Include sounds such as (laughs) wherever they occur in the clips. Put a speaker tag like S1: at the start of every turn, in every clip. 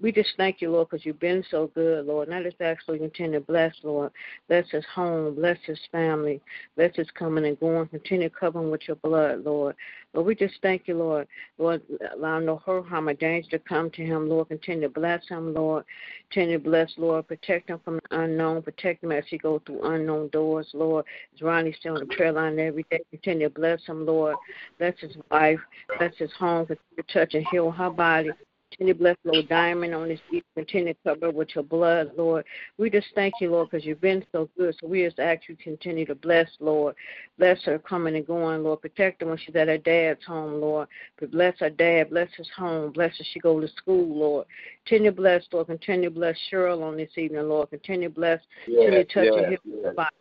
S1: We just thank you, Lord, because you've been so good, Lord. And I just ask, Lord, you continue to bless, Lord. Bless his home, bless his family, bless his coming and going. Continue covering with your blood, Lord. Lord, we just thank you, Lord. Lord, allow no hurt, harm, or danger to come to him, Lord. Continue to bless him, Lord. Continue to bless, Lord. Protect him from the unknown. Protect him as he goes through unknown doors, Lord. As Ronnie's still on the prayer line every day, continue to bless him, Lord. Bless his wife. Bless his home. Continue to touch and heal her body. Continue to bless Lord Diamond on his feet. Continue to cover with your blood, Lord. We just thank you, Lord, because you've been so good. So we just ask you continue to bless, Lord. Bless her coming and going, Lord. Protect her when she's at her dad's home, Lord. But bless her dad. Bless his home. Bless her she go to school, Lord. Continue to bless, Lord. Continue to bless Cheryl on this evening, Lord. Continue to bless. Continue to touch and heal her body.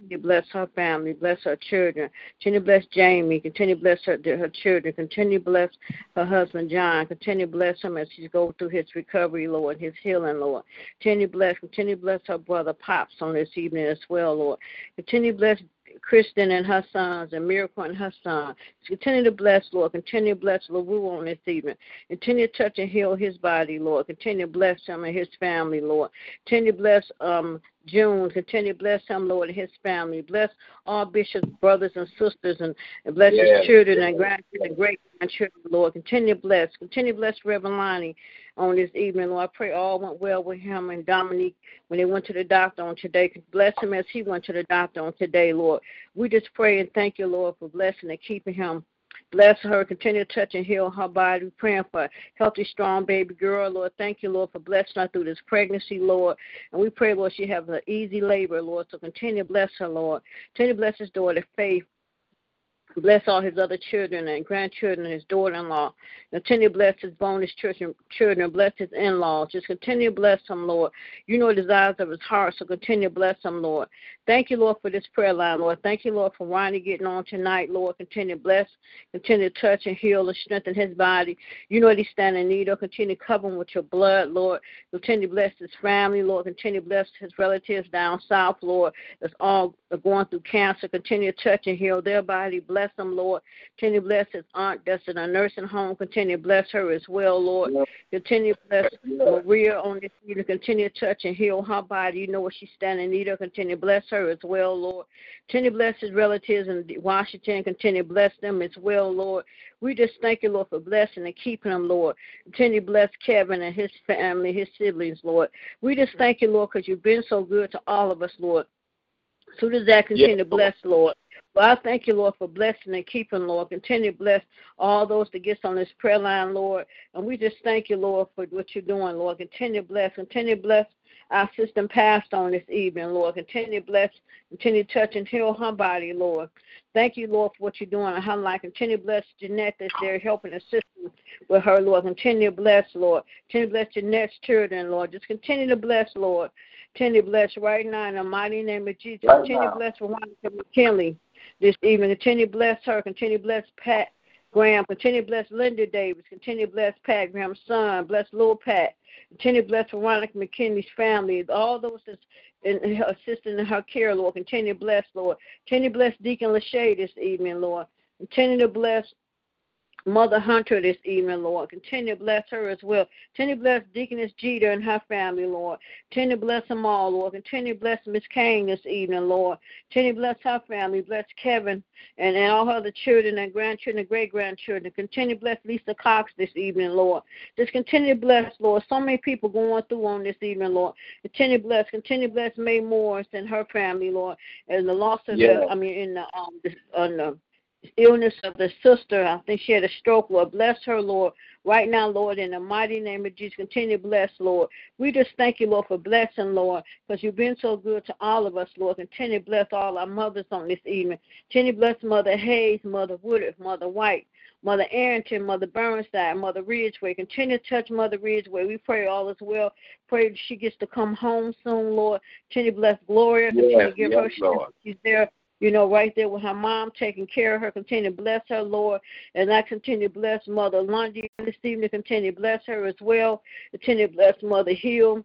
S1: Continue to bless her family, bless her children. Continue to bless Jamie. Continue to bless her, her children. Continue to bless her husband John. Continue to bless him as he's going through his recovery, Lord, his healing, Lord. Continue to bless. Continue to bless her brother Pops on this evening as well, Lord. Continue to bless Kristen and her sons and Miracle and her son. Continue to bless, Lord. Continue to bless LaRue on this evening. Continue to touch and heal his body, Lord. Continue to bless him and his family, Lord. Continue to bless um June. Continue to bless him, Lord, and his family. Bless all Bishop's brothers and sisters and, and bless yes. his children and grandchildren and great grandchildren, Lord. Continue to bless. Continue to bless Reverend Lonnie on this evening, Lord. I pray all went well with him and Dominique when they went to the doctor on today. Bless him as he went to the doctor on today, Lord. We just pray and thank you, Lord, for blessing and keeping him. Bless her. Continue to touch and heal her body. We're praying for a healthy, strong baby girl, Lord. Thank you, Lord, for blessing her through this pregnancy, Lord. And we pray, Lord, she have an easy labor, Lord. So continue to bless her, Lord. Continue to bless his daughter, Faith. Bless all his other children and grandchildren and his daughter in law. Continue to bless his bonus children, children. Bless his in laws. Just continue to bless him, Lord. You know the desires of his heart, so continue to bless him, Lord. Thank you, Lord, for this prayer line, Lord. Thank you, Lord, for Ronnie getting on tonight, Lord. Continue to bless, continue to touch and heal and strengthen his body. You know what he's standing in need of. Continue to cover him with your blood, Lord. Continue to bless his family, Lord. Continue to bless his relatives down south, Lord. That's all going through cancer. Continue to touch and heal their body. Bless bless him, Lord. Continue to bless his aunt that's in a nursing home. Continue to bless her as well, Lord. Continue to bless Maria on this evening. Continue to touch and heal her body. You know what she's standing in need of. Continue to bless her as well, Lord. Continue to bless his relatives in Washington. Continue to bless them as well, Lord. We just thank you, Lord, for blessing and keeping them, Lord. Continue to bless Kevin and his family, his siblings, Lord. We just thank you, Lord, because you've been so good to all of us, Lord. So does that continue yes. to bless, Lord. Well, I thank you, Lord, for blessing and keeping, Lord. Continue to bless all those that gets on this prayer line, Lord. And we just thank you, Lord, for what you're doing, Lord. Continue to bless. Continue to bless our system passed on this evening, Lord. Continue to bless, continue to touch and heal her body, Lord. Thank you, Lord, for what you're doing in her life. Continue to bless Jeanette that's there helping assist with her, Lord. Continue to bless, Lord. Continue to bless Jeanette's children, Lord. Just continue to bless, Lord. Continue to bless right now in the mighty name of Jesus. Continue to bless Veronica McKinley this evening. Continue to bless her. Continue to bless Pat Graham. Continue to bless Linda Davis. Continue to bless Pat Graham's son. Bless Lil Pat. Continue to bless Veronica McKinney's family. All those that's in her assisting in her care, Lord. Continue to bless, Lord. Continue to bless Deacon Lachey this evening, Lord. Continue to bless Mother Hunter this evening, Lord. Continue to bless her as well. Continue to bless Deaconess Jeter and her family, Lord. Continue to bless them all, Lord. Continue to bless Miss Kane this evening, Lord. Continue to bless her family. Bless Kevin and, and all her other children and grandchildren and great grandchildren. Continue to bless Lisa Cox this evening, Lord. Just continue to bless, Lord. So many people going through on this evening, Lord. Continue to bless. Continue to bless May Morris and her family, Lord. And the loss of yeah. the, I mean, in the, um, this, on the, illness of the sister. I think she had a stroke. Lord, bless her, Lord. Right now, Lord, in the mighty name of Jesus, continue to bless, Lord. We just thank you, Lord, for blessing, Lord, because you've been so good to all of us, Lord. Continue to bless all our mothers on this evening. Continue to bless Mother Hayes, Mother Woodard, Mother White, Mother Arrington, Mother Burnside, Mother Ridgeway. Continue to touch Mother Ridgeway. We pray all is well. Pray she gets to come home soon, Lord. Continue to bless Gloria. Continue yes, to give yes, her strength. She's there you know, right there with her mom taking care of her. Continue to bless her, Lord. And I continue to bless Mother Lundy this evening. Continue to bless her as well. Continue to bless Mother Hill.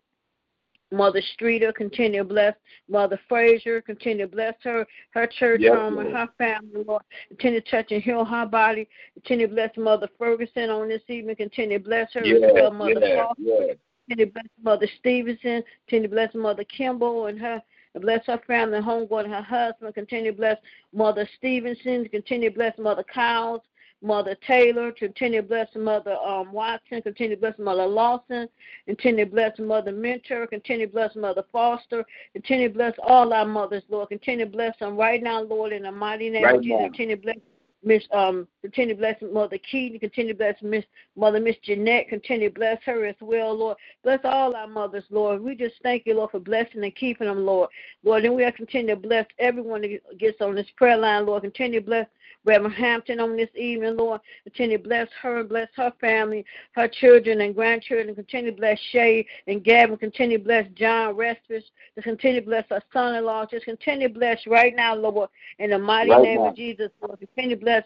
S1: Mother Streeter, continue to bless Mother Frazier, continue to bless her, her church
S2: Yes,
S1: home and
S2: Lord.
S1: her family, Lord. Continue to touch and heal her body. Continue to bless Mother Ferguson on this evening. Continue to bless her as well, Mother
S2: yeah,
S1: Crawford.
S2: yeah.
S1: Continue to bless Mother Stevenson. Continue to bless Mother Kimball and her. and Bless her family, homeboy, and her husband. Continue to bless Mother Stevenson. Continue to bless Mother Cowles, Mother Taylor. Continue to bless Mother um, Watson. Continue to bless Mother Lawson. Continue to bless Mother Mentor. Continue to bless Mother Foster. Continue to bless all our mothers, Lord. Continue to bless them right now, Lord, in the mighty name
S2: Right
S1: of Jesus.
S2: now.
S1: Continue to bless Miss um continue to bless Mother Keaton, continue to bless Miss Mother Miss Jeanette, continue to bless her as well, Lord. Bless all our mothers, Lord. We just thank you, Lord, for blessing and keeping them, Lord. Lord, and we are continue to bless everyone that gets on this prayer line, Lord. Continue to bless Reverend Hampton on this evening, Lord. Continue to bless her and bless her family, her children and grandchildren. Continue to bless Shay and Gavin. Continue to bless John Restus. Just continue to bless her son in law. Just continue to bless right now, Lord. In the mighty
S2: Right
S1: name
S2: now.
S1: of Jesus, Lord. Continue to bless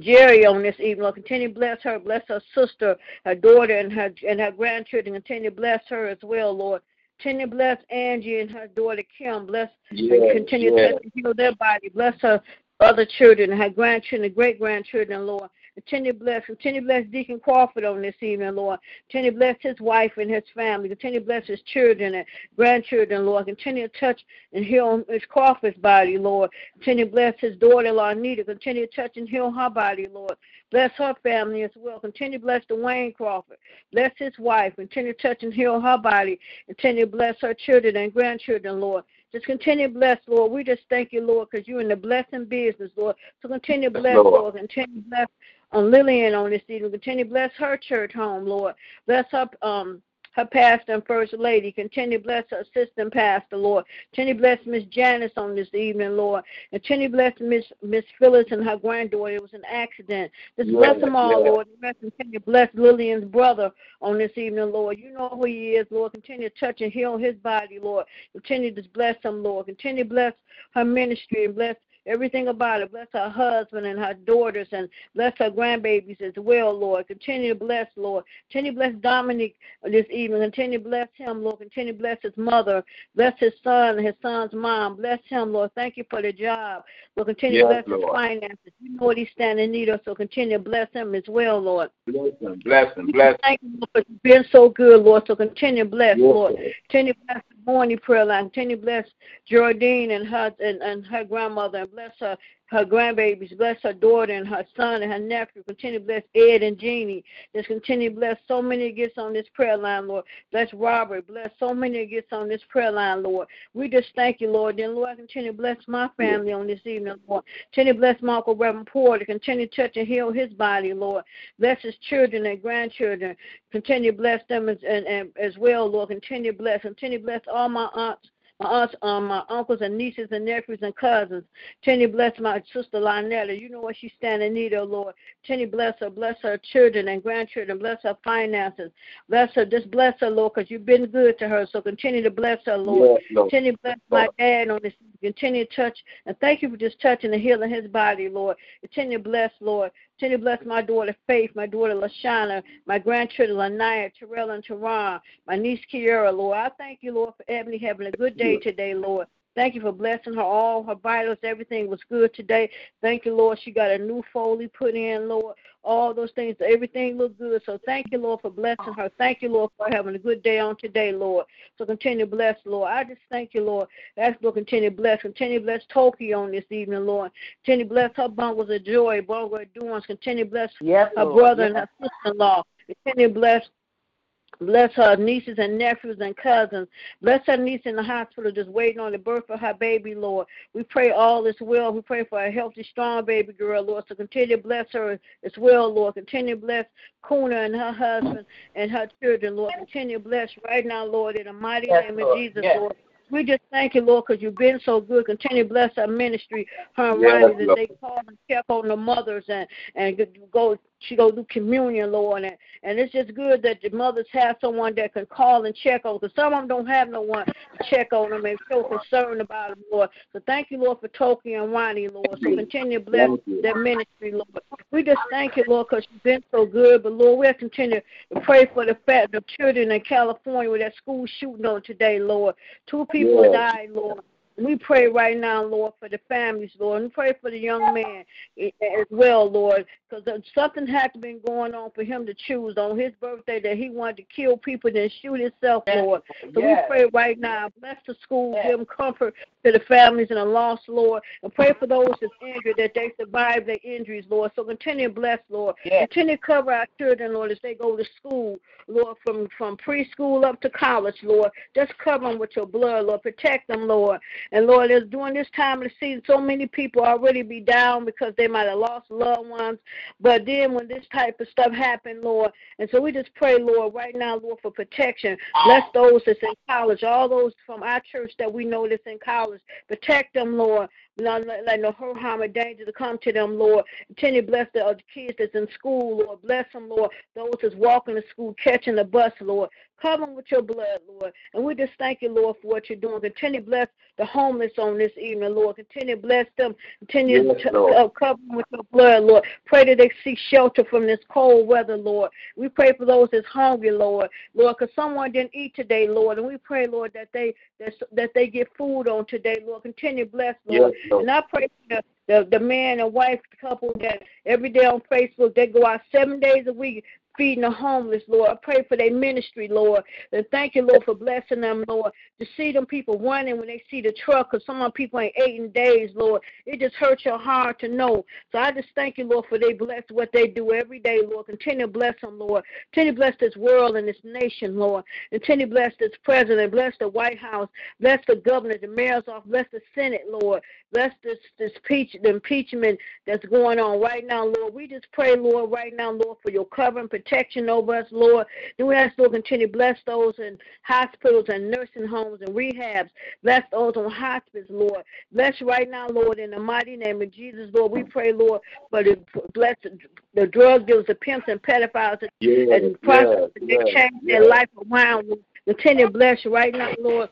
S1: Jerry on this evening. Lord, continue to bless her, bless her sister, her daughter, and her and her grandchildren. Continue to bless her as well, Lord. Continue to bless Angie and her daughter Kim. Bless and
S2: Yeah,
S1: continue
S2: yeah.
S1: to heal their body. Bless her other children, her grandchildren, great grandchildren, Lord. Continue to bless, continue to bless Deacon Crawford on this evening, Lord. Continue to bless his wife and his family. Continue to bless his children and grandchildren, Lord. Continue to touch and heal Miss Crawford's body, Lord. Continue to bless his daughter-in-law, Nita. Continue to touch and heal her body, Lord. Bless her family as well. Continue to bless Dwayne Crawford. Bless his wife. Continue to touch and heal her body. Continue to bless her children and grandchildren, Lord. Just continue to bless, Lord. We just thank you, Lord, because you're in the blessing business, Lord. So continue to
S2: Yes,
S1: bless, Lord.
S2: Lord.
S1: Continue to bless on Lillian on this evening. Continue to bless her church home, Lord. Bless her um her pastor and first lady. Continue to bless her assistant pastor, Lord. Continue to bless Miss Janice on this evening, Lord. And continue to bless Miss Miss Phyllis and her granddaughter. It was an accident. Just
S2: Yeah,
S1: bless them all,
S2: yeah.
S1: Lord. Bless- Continue to bless Lillian's brother on this evening, Lord. You know who he is, Lord. Continue to touch and heal his body, Lord. Continue to bless him, Lord. Continue to bless her ministry and bless everything about it. Bless her husband and her daughters and bless her grandbabies as well, Lord. Continue to bless, Lord. Continue to bless Dominic this evening. Continue to bless him, Lord. Continue to bless his mother. Bless his son and his son's mom. Bless him, Lord. Thank you for the job. Lord, continue
S2: Yes,
S1: to bless
S2: Lord.
S1: his finances. You know what he's standing in need of, so continue to bless him as well, Lord.
S2: Bless him, bless him, bless him.
S1: Thank you, Lord, for you've been so good, Lord. So continue to bless,
S2: Yes,
S1: Lord.
S2: Lord.
S1: Continue to bless the morning prayer line. Continue to bless Geraldine and her and, and her grandmother and bless her her grandbabies. Bless her daughter and her son and her nephew. Continue to bless Ed and Jeannie. Just continue to bless so many gifts on this prayer line, Lord. Bless Robert. Bless so many gifts on this prayer line, Lord. We just thank you, Lord. Then, Lord, continue to bless my family on this evening, Lord. Continue to bless my Uncle Reverend Porter. Continue to touch and heal his body, Lord. Bless his children and grandchildren. Continue to bless them as, and, and, as well, Lord. Continue to bless. Continue to bless all my aunts. My aunts, um, my uncles and nieces and nephews and cousins. Continue to bless my sister Lynetta. You know what she stand in need of, Lord. Continue to bless her, bless her children and grandchildren, bless her finances, bless her. Just bless her, Lord, because you've been good to her. So continue to bless her, Lord.
S2: Yes, Lord.
S1: Continue to bless my dad on this. Continue to touch and thank you for just touching and healing his body, Lord. Continue to bless, Lord. Continue to bless my daughter Faith, my daughter Lashana, my grandchildren Lanaya, Terrell, and Teron, my niece Kiara, Lord. I thank you, Lord, for Ebony having a good day
S2: Yes.
S1: today, Lord. Thank you for blessing her all, her vitals, everything was good today. Thank you, Lord. She got a new Foley put in, Lord. All those things, everything looked good. So thank you, Lord, for blessing her. Thank you, Lord, for having a good day on today, Lord. So continue to bless, Lord. I just thank you, Lord. Ask, Lord, continue to bless. Continue to bless Tokyo on this evening, Lord. Continue to bless her bundles of joy, bundle of doings. Continue to bless
S3: Yes,
S1: her
S3: Lord.
S1: brother and
S3: yes.
S1: her sister in law. Continue to bless bless her nieces and nephews and cousins. Bless her niece in the hospital just waiting on the birth of her baby, Lord. We pray all is well. We pray for a healthy, strong baby girl, Lord. So continue to bless her as well, Lord. Continue to bless Kuna and her husband and her children, Lord. Continue to bless right now, Lord, in the mighty
S3: Yes,
S1: name
S3: Lord.
S1: of Jesus,
S3: Yes.
S1: Lord. We just thank you, Lord, because you've been so good. Continue to bless our ministry, her and
S2: Yes,
S1: Ronnie, that
S2: Lord.
S1: they called and kept on the mothers and and go She go do communion, Lord, and, and it's just good that the mothers have someone that can call and check on, because some of them don't have no one to check on them and feel concerned about them, Lord. So thank you, Lord, for Toki and Ronnie, Lord. So continue to bless
S2: Thank you.
S1: their ministry, Lord. We just thank you, Lord, because you've been so good. But Lord, we'll continue to pray for the fact the children in California with that school shooting on today, Lord. Two people
S2: Yes.
S1: died, Lord. We pray right now, Lord, for the families, Lord, and pray for the young man eh, as well, Lord, because something had to been going on for him to choose on his birthday that he wanted to kill people and shoot himself, Lord. So
S2: Yes.
S1: we pray right now, bless the school,
S2: Yes.
S1: give them comfort to the families and the lost, Lord, and pray for those that's injured that they survive their injuries, Lord. So continue to bless, Lord.
S2: Yes.
S1: Continue to cover our children, Lord, as they go to school, Lord, from from preschool up to college, Lord. Just cover them with your blood, Lord. Protect them, Lord. And Lord, as during this time of the season, so many people already be down because they might have lost loved ones. But then when this type of stuff happened, Lord, and so we just pray, Lord, right now, Lord, for protection. Bless those that's in college, all those from our church that we know that's in college. Protect them, Lord. Not let, let no hurt, harm, or danger to come to them, Lord. Continue to bless the uh, kids that's in school, Lord. Bless them, Lord. Those that's walking to school, catching the bus, Lord. Cover them with your blood, Lord. And we just thank you, Lord, for what you're doing. Continue to bless the homeless on this evening, Lord. Continue to bless them. Continue
S2: Yes,
S1: to
S2: Lord.
S1: uh, cover them with your blood, Lord. Pray that they seek shelter from this cold weather, Lord. We pray for those that's hungry, Lord. Lord, because someone didn't eat today, Lord. And we pray, Lord, that they that, that they get food on today, Lord. Continue to bless, Lord.
S2: Yes, Lord.
S1: And I pray for the, the, the man and wife couple that every day on Facebook, they go out seven days a week feeding the homeless, Lord. I pray for their ministry, Lord. And thank you, Lord, for blessing them, Lord. To see them people running when they see the truck, because some of them people ain't eight in days, Lord. It just hurts your heart to know. So I just thank you, Lord, for they bless what they do every day, Lord. Continue to bless them, Lord. Continue to bless this world and this nation, Lord. Continue to bless this president. Bless the White House. Bless the governors, the mayor's office. Bless the Senate, Lord. Bless this this peach, the impeachment that's going on right now, Lord. We just pray, Lord, right now, Lord, for your covering protection over us, Lord. Then we ask, Lord, continue to bless those in hospitals and nursing homes and rehabs. Bless those on hospice, Lord. Bless right now, Lord, in the mighty name of Jesus, Lord. We pray, Lord, for the bless the, the drug dealers, the pimps and pedophiles, the
S2: Yes.
S1: and prosper. They
S2: yes,
S1: change
S2: yes.
S1: their life around. Continue to bless you right now, Lord.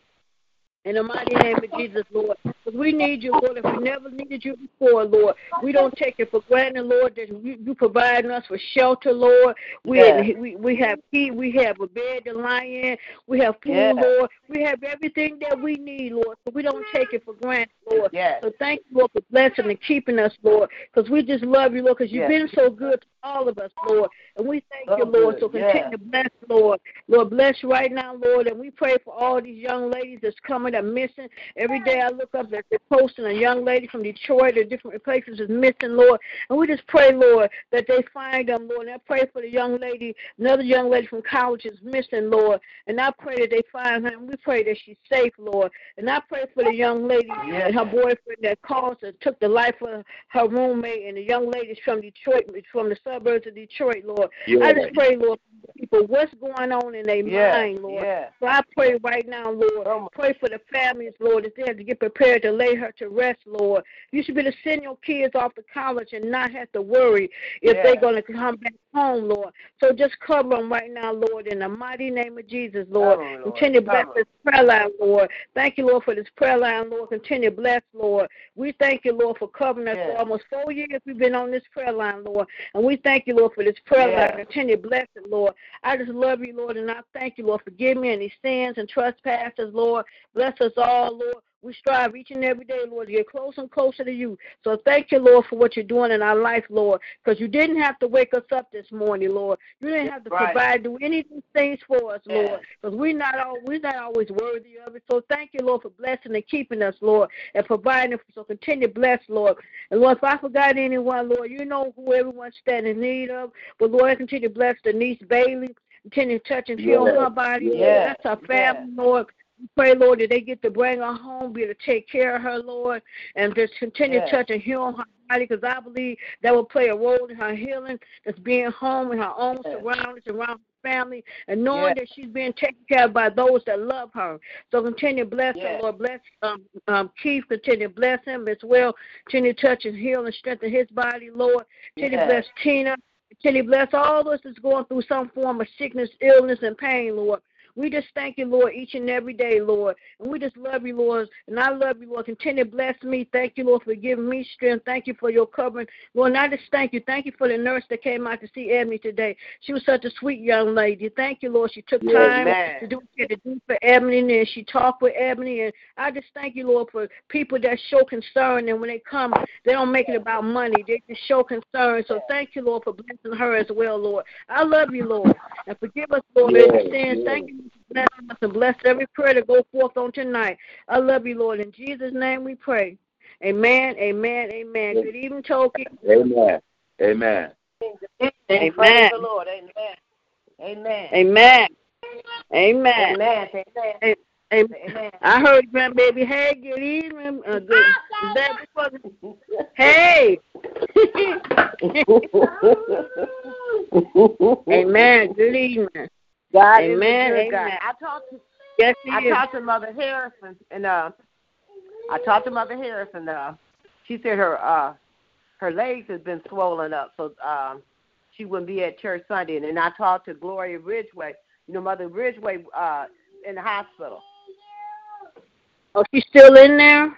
S1: In the mighty name of Jesus, Lord. 'Cause we need you, Lord. If we never needed you before, Lord, we don't take it for granted, Lord, that you, you providing us with shelter, Lord. We,
S2: Yes.
S1: we we have heat, we have a bed to lie in, we have food,
S2: Yes.
S1: Lord. We have everything that we need, Lord. So we don't take it for granted, Lord.
S2: Yes.
S1: So thank you, Lord, for blessing and keeping us, Lord, because we just love you, Lord, because you've been
S2: Yes.
S1: so good to all of us, Lord. And we thank
S2: So
S1: you, Lord.
S2: good,
S1: So continue
S2: yes.
S1: to bless, Lord. Lord, bless you right now, Lord. And we pray for all these young ladies that's coming and missing. Every day I look up, that they're posting a young lady from Detroit or different places is missing, Lord. And we just pray, Lord, that they find them, Lord. And I pray for the young lady, another young lady from college is missing, Lord. And I pray that they find her. And we pray that she's safe, Lord. And I pray for the young lady
S2: Yes.
S1: and her boyfriend that caused and took the life of her roommate and the young ladies from Detroit, from the suburbs of Detroit, Lord. I
S2: Yes.
S1: just pray, Lord, for people, what's going on in their mind, Lord.
S2: Yes.
S1: So I pray right now, Lord. um,
S2: Come on.
S1: Pray for the families, Lord, that they have to get prepared to lay her to rest, Lord. You should be to send your kids off to college and not have to worry if
S2: Yes.
S1: they're going to come back home, Lord. So just cover them right now, Lord, in the mighty name of Jesus, Lord.
S2: Cover 'em, Lord.
S1: Continue to bless
S2: Cover 'em.
S1: this prayer line, Lord. Thank you, Lord, for this prayer line, Lord. Continue to bless, Lord. We thank you, Lord, for covering us
S2: Yes.
S1: for almost four years. We've been on this prayer line, Lord. And we thank you, Lord, for this prayer
S2: Yes.
S1: line. Continue to bless it, Lord. I just love you, Lord, and I thank you, Lord. Forgive me any sins and trespasses, Lord. Bless us all, Lord. We strive each and every day, Lord, to get closer and closer to you. So thank you, Lord, for what you're doing in our life, Lord, because you didn't have to wake us up this morning, Lord. You didn't have to
S2: Right.
S1: provide do any of these things for us,
S2: Yes.
S1: Lord, because we're not all we're not always worthy of it. So thank you, Lord, for blessing and keeping us, Lord, and providing. So continue to bless, Lord. And Lord, if I forgot anyone, Lord, you know who everyone's standing in need of. But Lord, continue to bless Denise Bailey. Continue to touch and heal
S2: Yes.
S1: her body. Lord.
S2: Yes.
S1: That's her family, Lord. We Pray, Lord, that they get to bring her home, be able to take care of her, Lord, and just continue
S2: Yes.
S1: to touch and heal her body because I believe that will play a role in her healing, that's being home in her own
S2: Yes.
S1: surroundings, around her family, and knowing
S2: Yes.
S1: that she's being taken care of by those that love her. So continue to bless her,
S2: Yes.
S1: Lord. Bless um, um, Keith, continue to bless him as well. Continue to touch and heal and strengthen his body, Lord. Continue to
S2: Yes.
S1: bless Tina. Continue to bless all of us that's going through some form of sickness, illness, and pain, Lord. We just thank you, Lord, each and every day, Lord. And we just love you, Lord. And I love you, Lord. Continue to bless me. Thank you, Lord, for giving me strength. Thank you for your covering. Lord, and I just thank you. Thank you for the nurse that came out to see Ebony today. She was such a sweet young lady. Thank you, Lord. She took
S2: Yes,
S1: time
S2: ma'am.
S1: to do what she had to do for Ebony, and then she talked with Ebony. And I just thank you, Lord, for people that show concern. And when they come, they don't make it about money. They just show concern. So thank you, Lord, for blessing her as well, Lord. I love you, Lord. And forgive us, Lord, for
S2: Yes,
S1: any sins.
S2: yes.
S1: Thank you for blessing us and bless every prayer to go forth on tonight. I love you, Lord. In Jesus' name we pray. Amen, amen, amen.
S2: Yes.
S1: Good evening, Toki.
S2: Amen. Amen.
S1: Amen.
S3: Praise the Lord. Amen. Amen.
S1: Amen. Amen.
S3: Amen. Amen.
S1: amen.
S3: Amen.
S1: I heard grandbaby, hey, good evening. Uh, good, is that before the- hey.
S2: (laughs)
S1: amen. Good evening.
S3: God is a
S1: Amen,
S3: good God.
S1: amen.
S3: I talked to
S1: Yes, he
S3: I
S1: is.
S3: talked to Mother Harrison and uh I talked to Mother Harrison uh she said her uh her legs has been swollen up so um she wouldn't be at church Sunday and then I talked to Gloria Ridgeway, you know, Mother Ridgeway uh in the hospital.
S1: Oh, she's still in there?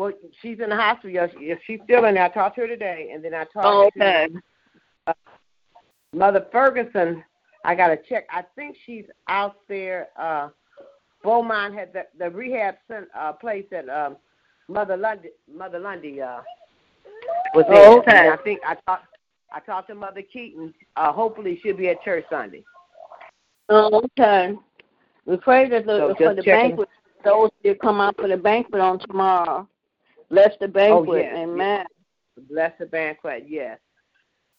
S3: Well, she's in the hospital. Yeah, she- yeah, she's still in there. I talked to her today, and then I talked
S1: Oh, okay.
S3: to Mother Ferguson. I got to check. I think she's out there. Uh, Beaumont had the, the rehab cent, uh, place that um, Mother Lundy, Mother Lundy uh, was in.
S1: Oh, okay.
S3: And I think I talked. I talked to Mother Keaton. Uh, hopefully, she'll be at church Sunday.
S1: Oh, okay. We pray that the,
S3: So just
S1: for the
S3: checking.
S1: banquet, those that come out for the banquet on tomorrow. Bless the banquet.
S3: yes.
S1: Amen.
S3: Bless the banquet, yes.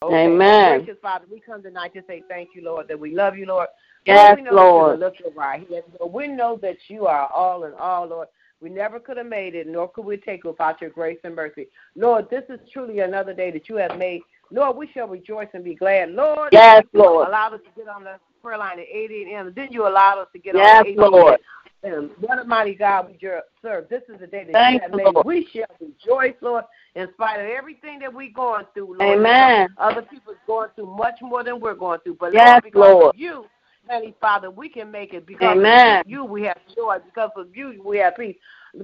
S1: Amen.
S3: Gracious Father, we come tonight to say thank you, Lord, that we love you, Lord.
S1: Yes,
S3: we know
S1: Lord.
S3: That you're the lifter of our heads, Lord. We know that you are all in all, Lord. We never could have made it, nor could we take without your grace and mercy. Lord, this is truly another day that you have made. Lord, we shall rejoice and be glad. Lord,
S1: Yes,
S3: you
S1: Lord.
S3: allowed us to get on the prayer line at 8 a.m. Then you allowed us to get
S1: Yes,
S3: on at 8
S1: Lord.
S3: and what a mighty God we jer- serve. This is the day that
S1: Thank
S3: you have
S1: you,
S3: made.
S1: Lord.
S3: We shall rejoice, Lord, in spite of everything that we're going through, Lord.
S1: Amen.
S3: Other people's going through much more than we're going through. But
S1: Yes,
S3: Lord, because
S1: Lord.
S3: of you, Heavenly Father, we can make it because
S1: Amen.
S3: of you we have joy. Because of you we have peace.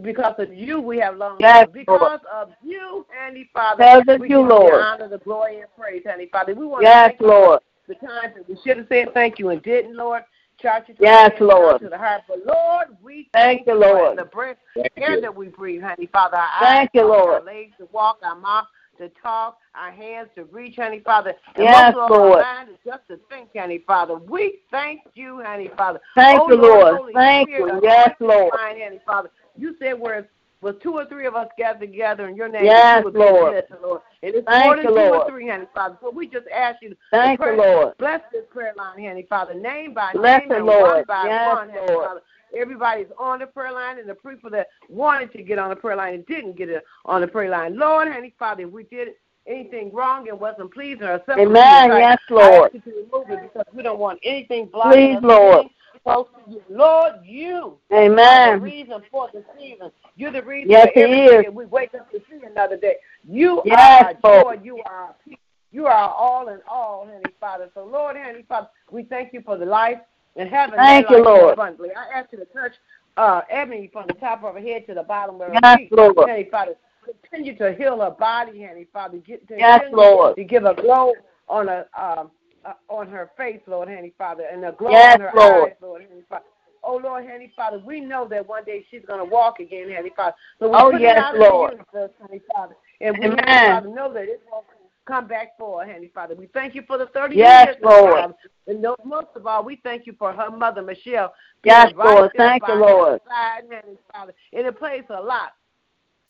S3: Because of you we have long
S1: Yes,
S3: life. Because
S1: Lord.
S3: of you, Heavenly Father,
S1: Because of
S3: we
S1: you,
S3: give the
S1: Lord.
S3: honor, the glory, and praise, Heavenly Father. We want to
S1: Yes,
S3: thank you
S1: Lord.
S3: the times that we should have said thank you and didn't, Lord. Charge it to
S1: Yes,
S3: our hands,
S1: Lord.
S3: To the heart. But Lord, we
S1: Thank you,
S3: for
S1: Lord.
S3: The breath
S2: Thank
S3: air
S2: you.
S3: that we breathe, honey, Father. Our
S1: Thank
S3: eyes,
S1: you,
S3: Father,
S1: Lord.
S3: Our legs to walk, our mouth to talk, our hands to reach, honey, Father. And
S1: Yes,
S3: most of all,
S1: Lord.
S3: Our mind is just to think, honey, Father. We thank you, honey, Father.
S1: Thank
S3: oh,
S1: you,
S3: Lord.
S1: Lord.
S3: Holy
S1: Thank
S3: Spirit,
S1: you.
S3: anoint
S1: Yes,
S3: this
S1: Lord.
S3: line, honey, Father. You said where with two or three of us gathered together in your name,
S1: Yes,
S3: two or three are
S1: Lord.
S3: blessed, Lord. And it's
S1: Thank
S3: more than
S1: you,
S3: two
S1: Lord.
S3: or three, honey, Father. So we just ask you to
S1: Thank you,
S3: pray-
S1: Lord.
S3: Bless this prayer line, honey, Father. Name by
S1: Bless
S3: name
S1: it,
S3: and one
S1: Lord.
S3: by
S1: Yes,
S3: one, honey,
S1: Lord.
S3: Father. Everybody's on the prayer line, and the people that wanted to get on the prayer line and didn't get it on the prayer line. Lord, honey, Father, if we did anything wrong and wasn't pleasing or something,
S1: Amen. Yes,
S3: I
S1: Lord.
S3: ask you to remove it because we don't want anything blocking
S1: Please,
S3: us
S1: Lord.
S3: getting Close to you. Lord, you are the
S1: Amen.
S3: reason for the season. You're the reason
S1: Yes,
S3: for
S1: he
S3: everything.
S1: is.
S3: And we wake up to see another day. You
S1: Yes,
S3: are our
S1: Lord.
S3: joy. You are our peace. You are our all in all, Heavenly Father. So, Lord, Heavenly Father, we thank you for the life in heaven.
S1: Thank
S3: that
S1: you,
S3: life
S1: Lord.
S3: Abundantly. I ask you to touch uh, Ebony from the top of her head to the bottom of her
S1: Yes,
S3: feet.
S1: Lord.
S3: Heavenly Father, continue to heal her body, Heavenly Father. Get to
S1: Yes,
S3: continue
S1: Lord.
S3: to give a glow on her um, uh, on her face, Lord, Heavenly Father, and a glow
S1: Yes,
S3: on her
S1: Lord.
S3: eyes, Lord, Heavenly Father. Oh Lord, Heavenly Father, we know that one day she's gonna walk again, Heavenly Father. So we
S1: Oh,
S3: put
S1: yes,
S3: it out
S1: Lord.
S3: in the universe, Heavenly Father, and we,
S1: Amen.
S3: Heavenly Father, know that it won't come back for her, Heavenly Father. We thank you for the thirty
S1: Yes,
S3: years,
S1: Lord.
S3: Father. And no- most of all, we thank you for her mother, Michelle. being
S1: Yes,
S3: right
S1: Lord.
S3: there
S1: Thank
S3: by
S1: you,
S3: her
S1: Lord.
S3: Side, Heavenly Father, and it plays a lot,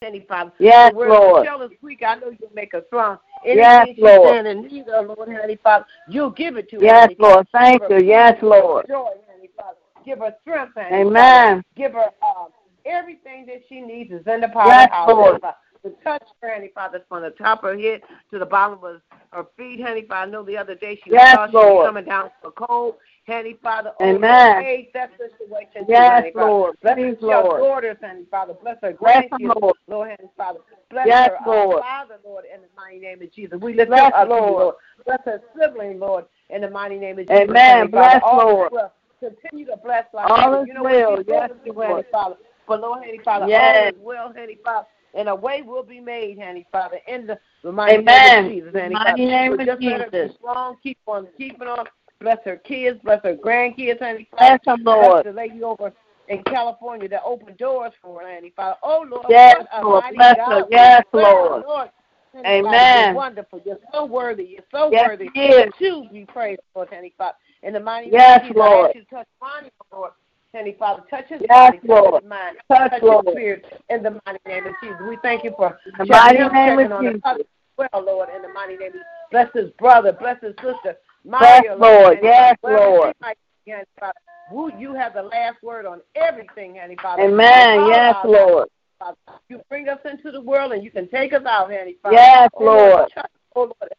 S3: Heavenly Father.
S1: Yes,
S3: So where
S1: Lord.
S3: Michelle is weak, I know you make her strong.
S1: Yes,
S3: Anything
S1: Lord.
S3: she's in need of, Lord, Heavenly Father, you'll give it to her.
S1: Yes,
S3: Heavenly Father.
S1: Lord. Thank
S3: Give her
S1: you. Yes,
S3: peace,
S1: Lord.
S3: Give her joy, Heavenly Father. Give her strength, Heavenly Father.
S1: Amen.
S3: Give her um, everything that she needs is in the power
S1: Yes,
S3: of our Heavenly
S1: Lord.
S3: Father. The touch, her, Heavenly Father, from the top of her head to the bottom of her feet, Heavenly Father. I know the other day she
S1: Yes,
S3: thought she was
S1: Lord.
S3: coming down with a cold, Heavenly Father. Oh,
S1: Amen.
S3: Lord, Hey, that situation, too,
S1: Yes,
S3: Heavenly Father.
S1: Lord.
S3: Bless
S1: Please,
S3: your
S1: Lord.
S3: daughters, Heavenly Father. Bless her
S1: Bless them,
S3: grandkids,
S1: Lord.
S3: Lord, Heavenly Father. Bless
S1: Yes,
S3: her uh,
S1: Lord.
S3: Father, Lord, in the mighty name of Jesus. We lift
S1: Bless
S3: up, up to you,
S1: Lord.
S3: Lord. bless her sibling, Lord, in the mighty name of Jesus.
S1: Amen.
S3: Heavenly Father,
S1: Bless,
S3: all is
S1: Lord.
S3: well. Continue to bless like
S1: All
S3: that.
S1: is
S3: you know what
S1: well.
S3: she's
S1: Yes,
S3: doing,
S1: Lord.
S3: Heavenly Father. But Lord, Heavenly Father, all
S1: Yes.
S3: is well, Heavenly Father. And a way will be made, Heavenly Father, in the, the mighty name
S1: Amen.
S3: of Jesus, Heavenly
S1: Mighty
S3: Father.
S1: name
S3: But
S1: of
S3: just let her be
S1: Jesus.
S3: strong, keep on keeping on. Bless her kids, bless her grandkids, Heavenly Father.
S1: Bless her, Lord.
S3: Bless the lady over in California that opened doors for her, Heavenly Father. Oh, Lord,
S1: Yes,
S3: what a
S1: Lord.
S3: mighty
S1: Bless
S3: God
S1: her.
S3: we
S1: Yes,
S3: serve,
S1: Lord.
S3: Lord. Heavenly
S1: Amen.
S3: Father, You're wonderful. You're so worthy. You're so
S1: Yes,
S3: worthy.
S1: he is.
S3: To be praised, Lord, Heavenly Father. In the mighty
S1: Yes,
S3: name of Jesus, I
S1: Lord.
S3: ask you to touch Ronnie, Lord. Heavenly Father, touch his
S1: Yes,
S3: body, touch
S1: Lord.
S3: his mind,
S1: Touch, Lord.
S3: his spirit. In the mighty name of Jesus, we thank you for
S1: In the mighty
S3: checking him,
S1: name
S3: checking
S1: of
S3: on him.
S1: Jesus.
S3: Well, Lord, in the mighty name of Jesus, bless his brother, bless his sister.
S1: Bless,
S3: Mario,
S1: Lord.
S3: Heavenly
S1: Yes,
S3: Father, wherever she
S1: Lord.
S3: might be, Heavenly Father, who- You have the last word on everything, Heavenly Father.
S1: Amen.
S3: All
S1: Yes,
S3: our lives,
S1: Lord.
S3: Father. You bring us into the world and you can take us out, Heavenly Father.
S1: Yes,
S3: Oh, Lord,
S1: Lord.
S3: touch, oh, Lord.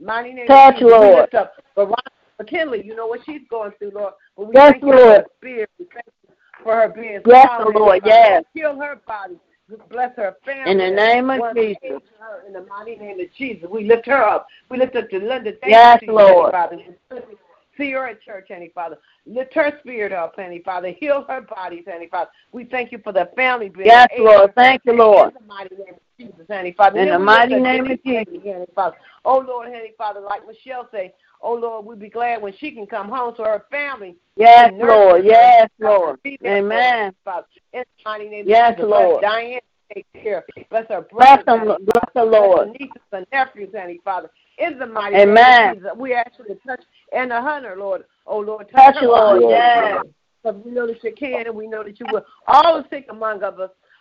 S3: Mighty name
S1: Touch,
S3: of Jesus,
S1: Lord.
S3: We lift up Veronica McKinley. You know what she's going through, Lord. But we
S1: Yes,
S3: thank you for
S1: Lord.
S3: her spirit. We thank you for her being
S1: Yes,
S3: solid.
S1: Lord.
S3: Father.
S1: Yes.
S3: Heal her body. Bless her family.
S1: In the name of
S3: Lord,
S1: Jesus.
S3: save her In the mighty name of Jesus, we lift her up. We lift up Linda. Thank
S1: Yes,
S3: you, Heavenly
S1: Lord.
S3: Father. See her at church, Heavenly Father. Lift her spirit up, Heavenly Father. Heal her body, Heavenly Father. We thank you for the family being
S1: Yes,
S3: able
S1: Lord. Thank you, Lord.
S3: in the mighty name of Jesus, Heavenly Father.
S1: In the
S3: Then we
S1: mighty
S3: lift up
S1: name of
S3: Denise,
S1: Jesus.
S3: Heavenly Father. Oh, Lord, Heavenly Father, like Michelle say, oh, Lord, we'd be glad when she can come home to her family.
S1: Yes,
S3: and nurture
S1: Lord.
S3: her,
S1: Yes,
S3: Father,
S1: Lord.
S3: be there for her,
S1: Amen.
S3: Father. In the mighty name
S1: Yes,
S3: of Jesus,
S1: Lord.
S3: Bless Diane, take care. Bless her
S1: Bless
S3: brothers,
S1: him.
S3: Heavenly
S1: Bless the
S3: Father.
S1: Lord.
S3: Bless her nieces and nephews, Heavenly Father. In the mighty name
S1: Amen.
S3: of Jesus, we ask you to touch and the hunter, Lord. Oh, Lord, touch
S1: Touch,
S3: her
S1: Lord.
S3: body, Heavenly
S1: Yes.
S3: Father. Because we know that you can and we know that you will. All the sick among us,